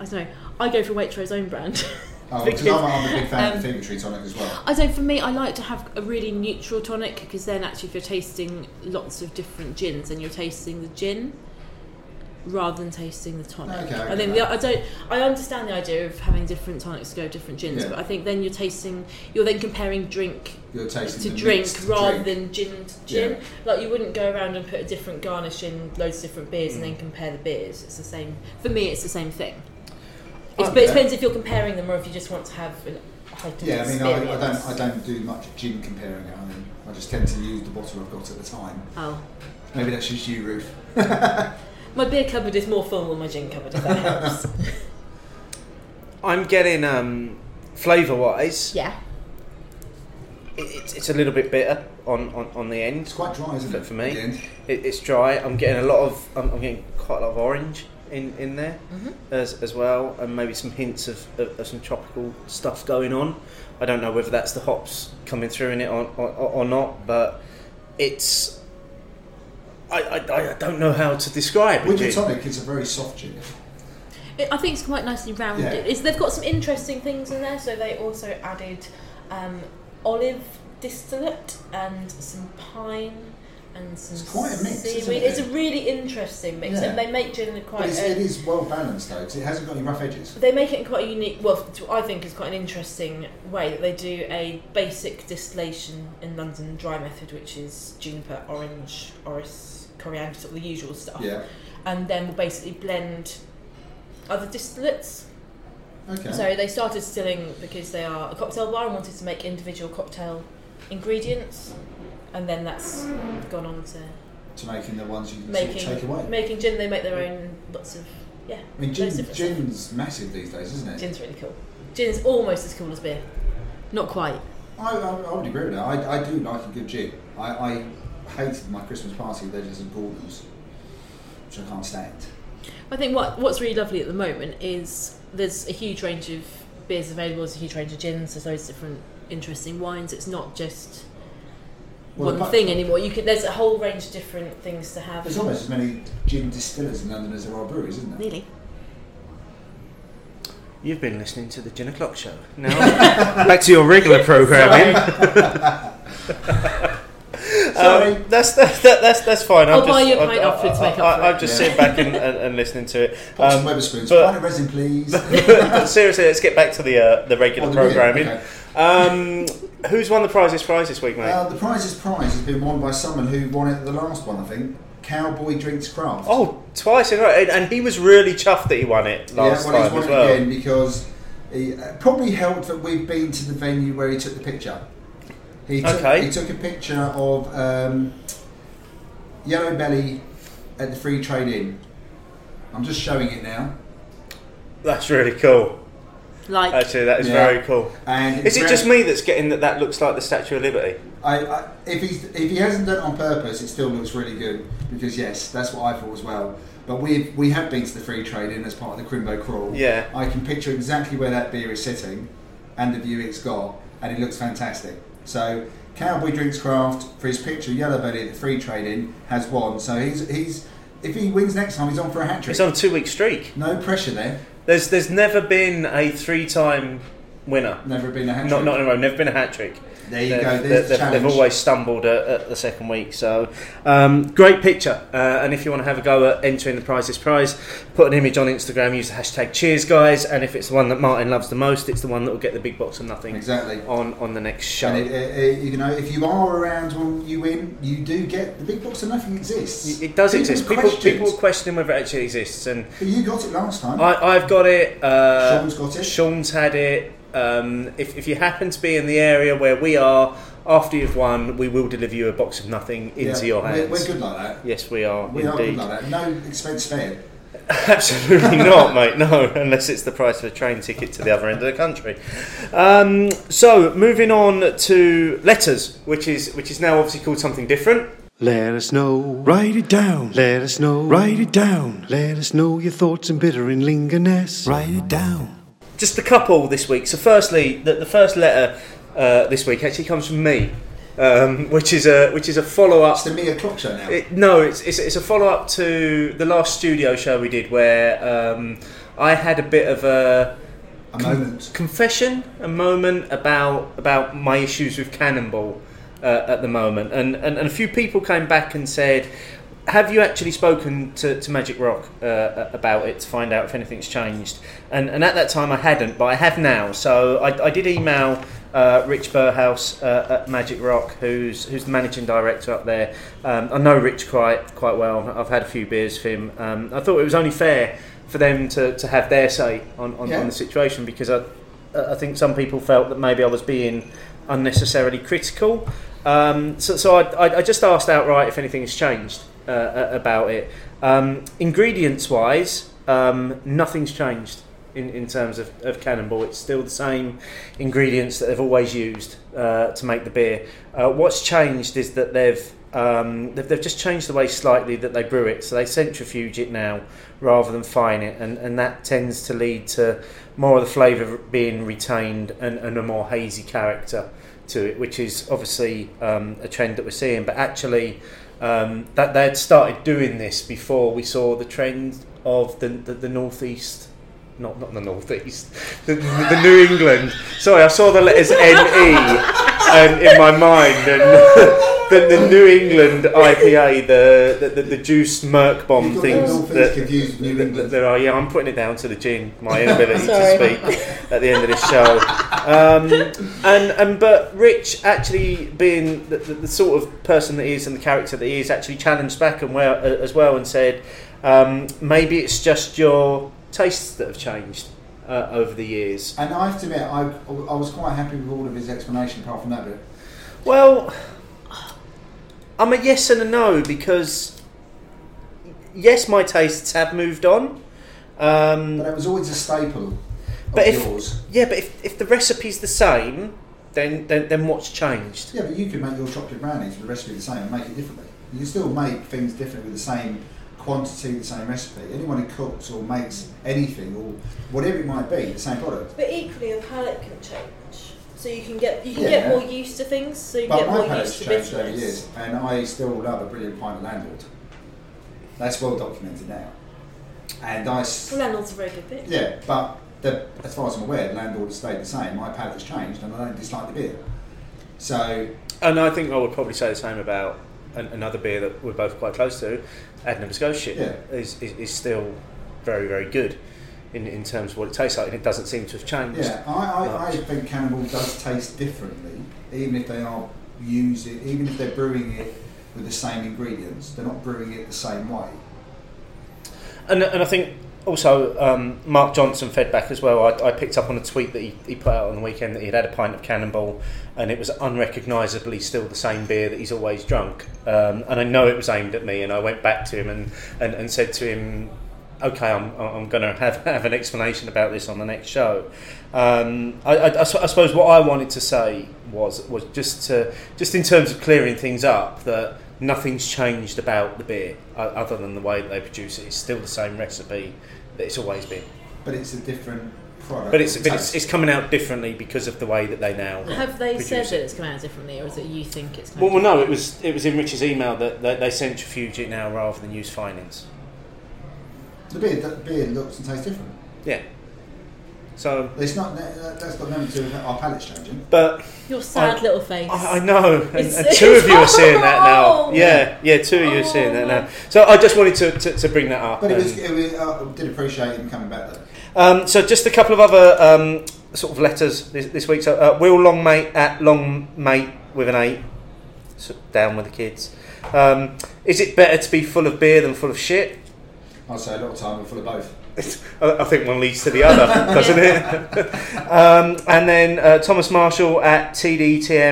S2: I don't know. I go for Waitrose own brand.
S3: Oh, because
S2: Because,
S3: I'm, I'm a big fan
S2: um,
S3: of the Fevertree tonic as well.
S2: I don't. For me, I like to have a really neutral tonic because then actually, if you're tasting lots of different gins, then you're tasting the gin rather than tasting the tonic.
S3: Okay, I
S2: I think
S3: get
S2: the, I don't. I understand the idea of having different tonics to go with different gins,
S3: Yeah.
S2: but I think then you're tasting. You're then comparing drink
S3: You're tasting
S2: to
S3: the
S2: drink
S3: mixed
S2: rather
S3: drink.
S2: than gin to gin.
S3: Yeah.
S2: Like you wouldn't go around and put a different garnish in loads of different beers
S3: Mm.
S2: and then compare the beers. It's the same for me. It's the same thing. It's, but it
S3: Okay.
S2: depends.
S5: depends if you're comparing them or if you just want to have an heightened
S3: Yeah, I mean, I, I
S5: experience.
S3: don't, I don't do much gin comparing it. I mean, I just tend to use the bottle I've got at the time.
S2: Oh,
S3: Maybe that's just you, Ruth.
S2: my beer cupboard is more full than my gin cupboard. If that helps.
S4: I'm getting um, flavour wise.
S5: Yeah.
S4: It's, it's a little bit bitter on, on, on the end.
S3: It's quite dry, isn't
S4: for,
S3: it?
S4: for
S3: at the
S4: me.
S3: end?
S4: It, it's dry. I'm getting a lot of. I'm, I'm getting quite a lot of orange in, in there as, as well, and maybe some hints of, of, of some tropical stuff going on. I don't know whether that's the hops coming through in it or, or, or not, but it's. I, I, I don't know how to describe
S3: With the
S4: it.
S3: tonic, it's a very soft gin.
S2: It- I think it's quite nicely rounded.
S3: Yeah.
S2: It's,
S5: They've got some interesting things in there. So they also added um, olive distillate and some pine and some
S3: It's quite a mix, isn't
S5: seaweed.
S3: it?
S5: It's a really interesting mix,
S3: Yeah.
S5: and they make gin in
S3: But
S5: quite.
S2: uh,
S3: it's,
S5: a-
S3: it is well balanced though, because it hasn't got any rough edges.
S5: They make it in quite a unique, well, to- I think is quite an interesting way that they do a basic distillation in London dry method, which is juniper, orange, orris, coriander, sort of the usual stuff,
S3: Yeah.
S5: and then will basically blend other distillates.
S3: Okay.
S5: So they started distilling because they are a cocktail bar and wanted to make individual cocktail ingredients, and then that's gone on to
S3: to making the ones you can sort of
S5: making
S3: take away.
S5: making gin. They make their own lots of yeah.
S3: I mean,
S5: loads
S3: gin,
S5: of-
S3: gin's massive these days, isn't it?
S5: Gin's really cool. Gin's almost as cool as beer.
S2: not quite.
S3: I, I, I would agree with that. I, I do like a good gin. I, I hated my Christmas party with Edges and Gordons, which I can't stand.
S2: I think what what's really lovely at the moment is there's a huge range of beers available. There's a huge range of gins. There's loads of different interesting wines. It's not just
S3: Well,
S2: one
S3: apart-
S2: thing
S5: Anymore,
S2: anymore.
S5: you can. There's a whole range of different things to have.
S3: There's almost as many gin distillers in London as there are breweries, isn't there?
S2: Nearly.
S4: You've been listening to the Gin O'Clock Show. Now, back to your regular programming.
S3: Sorry.
S4: Um, that's, that, that, that's that's fine.
S2: I'll
S4: I'm
S2: buy
S4: just,
S2: you a
S4: I-
S2: pint
S4: I-
S2: after to
S4: I-
S2: make up
S4: I-
S2: for it.
S4: I'm just
S3: Yeah.
S4: sitting back and, and, and listening to it.
S3: Pop
S4: Um,
S3: some Weatherspoons,
S4: but-
S3: pint of resin, please.
S4: but seriously, let's get back to the uh, the regular
S3: Oh, the beer,
S4: programming.
S3: okay.
S4: Um, who's won the prize this prize this week, mate?
S3: Uh, the prizes prize has been won by someone who won it at the last one, I think. Cowboy Drinks Craft.
S4: oh, twice in a row, and, and he was really chuffed that he won it last
S3: yeah, well, he's
S4: time
S3: won
S4: as
S3: it
S4: well.
S3: again because he uh, probably helped that we've been to the venue where he took the picture. He took,
S4: Okay.
S3: he took a picture of um, Yellow Belly at the Free Trade Inn. I'm just showing it now.
S4: That's really cool.
S2: Like
S4: Actually, that is
S3: Yeah.
S4: very cool.
S3: And
S4: Is it
S3: round-
S4: just me that's getting that? That looks like the Statue of Liberty.
S3: I, I, if, he's, if he hasn't done it on purpose, it still looks really good because yes, that's what I thought as well. But we we have been to the free trade in as part of the Crimbo crawl.
S4: Yeah.
S3: I can picture exactly where that beer is sitting, and the view it's got, and it looks fantastic. So Cowboy Drinks Craft for his picture Yellow Belly at the free trade in has won. So he's he's if he wins next time, he's on for a hat trick.
S4: It's on a two week streak.
S3: no pressure there.
S4: There's there's never been a three time winner.
S3: Never been a hat
S4: Not
S3: trick.
S4: not in a row. Never been a hat trick.
S3: there you
S4: They've-
S3: go.
S4: they've-
S3: There's the
S4: they've,
S3: challenge.
S4: they've always stumbled at, at the second week. So, um, great picture. Uh, and if you want to have a go at entering the prize this prize, put an image on Instagram, use the hashtag cheers, guys. And if it's the one that Martin loves the most, it's the one that will get the big box of nothing
S3: exactly.
S4: on, on the next show.
S3: And it, it, it, you know, if you are around when you win, you do get the big box of nothing exists.
S4: It does exist. People
S3: questioned,
S4: people question whether it actually exists, and
S3: but you got it last time.
S4: I, I've got it. Uh,
S3: Sean's got it.
S4: Sean's had it. Um, if, if you happen to be in the area where we are, after you've won, we will deliver you a box of nothing
S3: Yeah,
S4: into your
S3: we're-
S4: hands.
S3: We're, good like that.
S4: Yes, we are
S3: We are good
S4: indeed.
S3: like that. No expense spared.
S4: Absolutely not, mate. No, unless it's the price of a train ticket to the other end of the country. Um, so, moving on to letters, which is which is now obviously called something different.
S6: Let us know. Write it down. Let us know. Write it down. Let us know your thoughts and bitter in lingerness. Write it down.
S4: Just a couple this week. So, firstly, the, the first letter uh, this week actually comes from me, um, which is a which is a follow up.
S3: It's the Mia Clock Show now.
S4: It, no, it's, it's, it's a follow up to the last studio show we did where um, I had a bit of a
S3: a moment.
S4: confession, a moment about about my issues with Cannonball uh, at the moment, and, and and a few people came back and said, "Have you actually spoken to, to Magic Rock uh, about it to find out if anything's changed?" And and at that time I hadn't, but I have now. So I, I did email. Uh, Rich Burhouse uh, at Magic Rock, who's who's the managing director up there. Um, I know Rich quite quite well. I've had a few beers with him. Um, I thought it was only fair for them to, to have their say on, on,
S3: Yeah.
S4: on the situation because I, I think some people felt that maybe I was being unnecessarily critical. Um, so so I, I- I just asked outright if anything has changed uh, a- about it. Um, ingredients wise, um, nothing's changed in, in terms of, of Cannonball. It's still the same ingredients that they've always used uh, to make the beer. Uh, what's changed is that they've um, they've, they've just changed the way slightly that they brew it. So they centrifuge it now rather than fine it, and, and that tends to lead to more of the flavour being retained and, and a more hazy character to it, which is obviously um, a trend that we're seeing. But actually, um, that they had started doing this before we saw the trend of the the, the northeast. Not, not the northeast, the, the, the New England. Sorry, I saw the letters N E um, in my mind, and the, the New England IPA, the the, the, the juice Merc bomb
S3: You've got
S4: things.
S3: the Northeast confused with New
S4: that-
S3: England.
S4: There are, yeah, I'm putting it down to the gin, my inability to
S5: Sorry.
S4: speak at the end of this show. Um, and and but Rich actually being the, the, the sort of person that he is and the character that he is actually challenged back and well as well and said um, maybe it's just your tastes that have changed uh, over the years.
S3: And I have to admit, I, I was quite happy with all of his explanation, apart from that bit.
S4: Well, I'm a yes and a no because yes, my tastes have moved on. Um,
S3: But it was always a staple of
S4: But if-
S3: yours.
S4: Yeah, but if, if the recipe's the same, then, then then what's changed?
S3: Yeah, but you could make your chocolate brownies with the recipe the same and make it differently. You can still make things different with the same quantity, the same recipe. Anyone who cooks or makes anything or whatever it might be, the same product.
S8: But equally, your palate can change. So you can get you can
S3: Yeah.
S8: get more used to things. So you
S3: But
S8: get
S3: my
S8: more
S3: palate's
S8: used to
S3: changed over the
S8: business.
S3: years, and I still love a brilliant pint of landlord. That's well documented now. And I, s-
S8: Well, landlord's a very good bit.
S3: yeah, but the, as far as I'm aware, the landlord has stayed the same. My palate's changed, and I don't dislike the beer. So
S4: And I think I would probably say the same about an, another beer that we're both quite close to, Ad Nova Scotia,
S3: Yeah.
S4: is, is, is still very, very good in, in terms of what it tastes like, and it doesn't seem to have changed.
S3: Yeah, I, I, I
S4: much.
S3: think Cannibal does taste differently, even if they are using, even if they're brewing it with the same ingredients, they're not brewing it the same way.
S4: And, and I think also um, Mark Johnson fed back as well. I, I picked up on a tweet that he, he put out on the weekend that he'd had a pint of Cannonball and it was unrecognisably still the same beer that he's always drunk. Um, and I know it was aimed at me and I went back to him and, and, and said to him, okay, I'm, I'm going to have, have an explanation about this on the next show. Um, I, I, I su- I suppose what I wanted to say was was just to just in terms of clearing things up that nothing's changed about the beer o- other than the way that they produce it. It's still the same recipe that it's always been,
S3: But it's a different product.
S4: but it's
S3: or
S4: but it's,
S3: taste.
S4: it's coming out differently because of the way that they now.
S5: Have they
S4: Produce
S5: said
S4: it.
S5: that it's come out differently, or is it you think it's come
S4: Well, well,
S5: out
S4: no, it was it was in Rich's email that, that they centrifuge it now rather than use finance.
S3: the beer. The beer looks and tastes different.
S4: Yeah. So,
S3: It's not that, that's got nothing to do with our palate's changing.
S4: but
S5: differently? Your sad
S4: I-
S5: little face.
S4: I, I know, and,
S8: It's-
S4: and two of you are seeing that now.
S8: Oh.
S4: Yeah, yeah, two of you are seeing that
S8: Oh.
S4: now. So I just wanted to, to, to bring that up.
S3: But it was,
S4: and-
S3: it was, uh, I did appreciate him coming back though.
S4: Um, so just a couple of other um, sort of letters this, this week. So uh, Will Longmate at Longmate with an eight. So down with the kids. Um, is it better to be full of beer than full of shit?
S3: I'd say a lot of time we're full of both.
S4: I I think one leads to the other, doesn't it? um, and then uh, Thomas Marshall at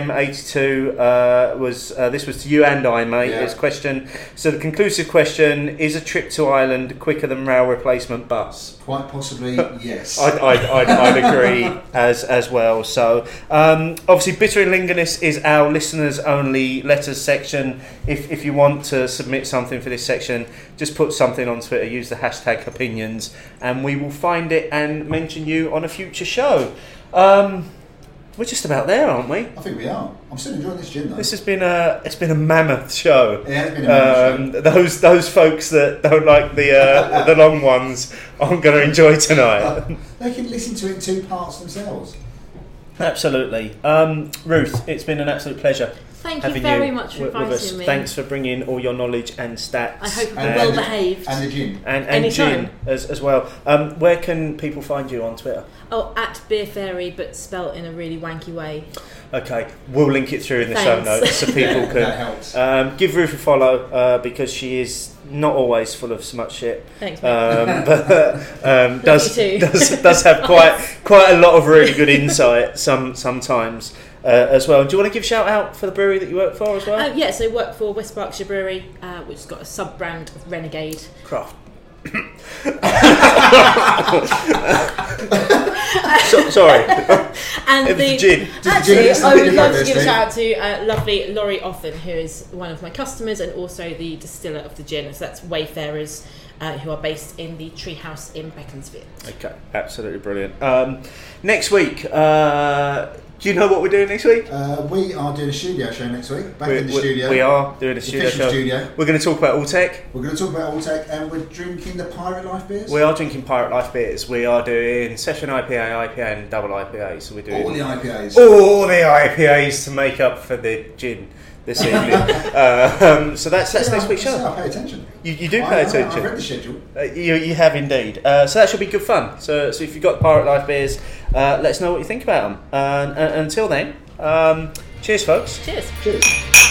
S4: TDTM82 uh, was uh, this was to you and I, mate.
S3: Yeah.
S4: This question. So the conclusive question is: a trip to Ireland quicker than rail replacement bus?
S3: Quite possibly, yes.
S4: I'd, I'd, I'd, I'd agree as as well. So um, obviously, bitter and lingonist is our listeners only letters section. If if you want to submit something for this section, just put something on Twitter. Use the hashtag opinions, and we will find it and mention you on a future show. Um, We're just about there, aren't we?
S3: I think we are. I'm still enjoying this gin though.
S4: This has been a it's been a mammoth show.
S3: It has been a mammoth
S4: um, Those those folks that don't like the uh, the long ones aren't going to enjoy tonight.
S3: they can listen to it in two parts themselves.
S4: Absolutely, um, Ruth. It's been an absolute pleasure.
S2: Thank you
S4: having
S2: very much for
S4: wi- with
S2: inviting
S4: us.
S2: me.
S4: Thanks for bringing all your knowledge and stats.
S2: I hope
S3: And-
S2: I'm well behaved.
S3: And the gin.
S4: and, and
S2: Anytime.
S4: gin as, as well. Um, where can people find you on Twitter?
S2: Oh, at Beer Fairy, but spelt in a really wanky way.
S4: Okay, we'll link it through in the show
S2: Thanks.
S4: notes so people
S3: Yeah,
S4: can
S3: that helps.
S4: Um, give Ruth a follow uh, because she is not always full of so much shit.
S5: Thanks, mate.
S4: Um, but um, does,
S5: too.
S4: does does have quite quite a lot of really good insight some sometimes uh, as well. Do you want to give a shout out for the brewery that you work for as well?
S2: Uh, yeah, so work for West Berkshire Brewery, uh, which has got a sub brand of Renegade.
S4: Craft. so, sorry,
S2: And
S4: it was the gin.
S2: Actually,
S3: Just-
S2: I
S3: just-
S2: would love to
S3: just-
S2: give a shout out to uh, lovely Laurie Offen, who is one of my customers and also the distiller of the gin. So that's Wayfarers, uh, who are based in the Treehouse in Beaconsfield.
S4: Okay, absolutely brilliant. Um, next week, uh, do you know what we're doing next week?
S3: Uh, we are doing a studio show next week. Back
S4: we,
S3: in the
S4: we-
S3: studio.
S4: we are doing a studio
S3: Official
S4: show.
S3: studio.
S4: We're going to talk about all tech.
S3: We're going to talk about Alltech and we're drinking the Pirate Life beers.
S4: We are drinking Pirate Life beers. We are doing session IPA, IPA, and double IPA. So we're doing
S3: All the IPAs.
S4: all the IPAs to make up for the gin this evening. uh, um, so that's that's
S3: Yeah,
S4: next week's
S3: I- I
S4: show.
S3: pay attention.
S4: You, you do
S3: I-
S4: pay
S3: I-
S4: attention.
S3: I read the schedule.
S4: Uh, you, you have indeed. Uh, so that should be good fun. So, so if you've got Pirate Life beers, uh, let us know what you think about them. And, and until then, um, cheers, folks.
S2: Cheers.
S3: Cheers.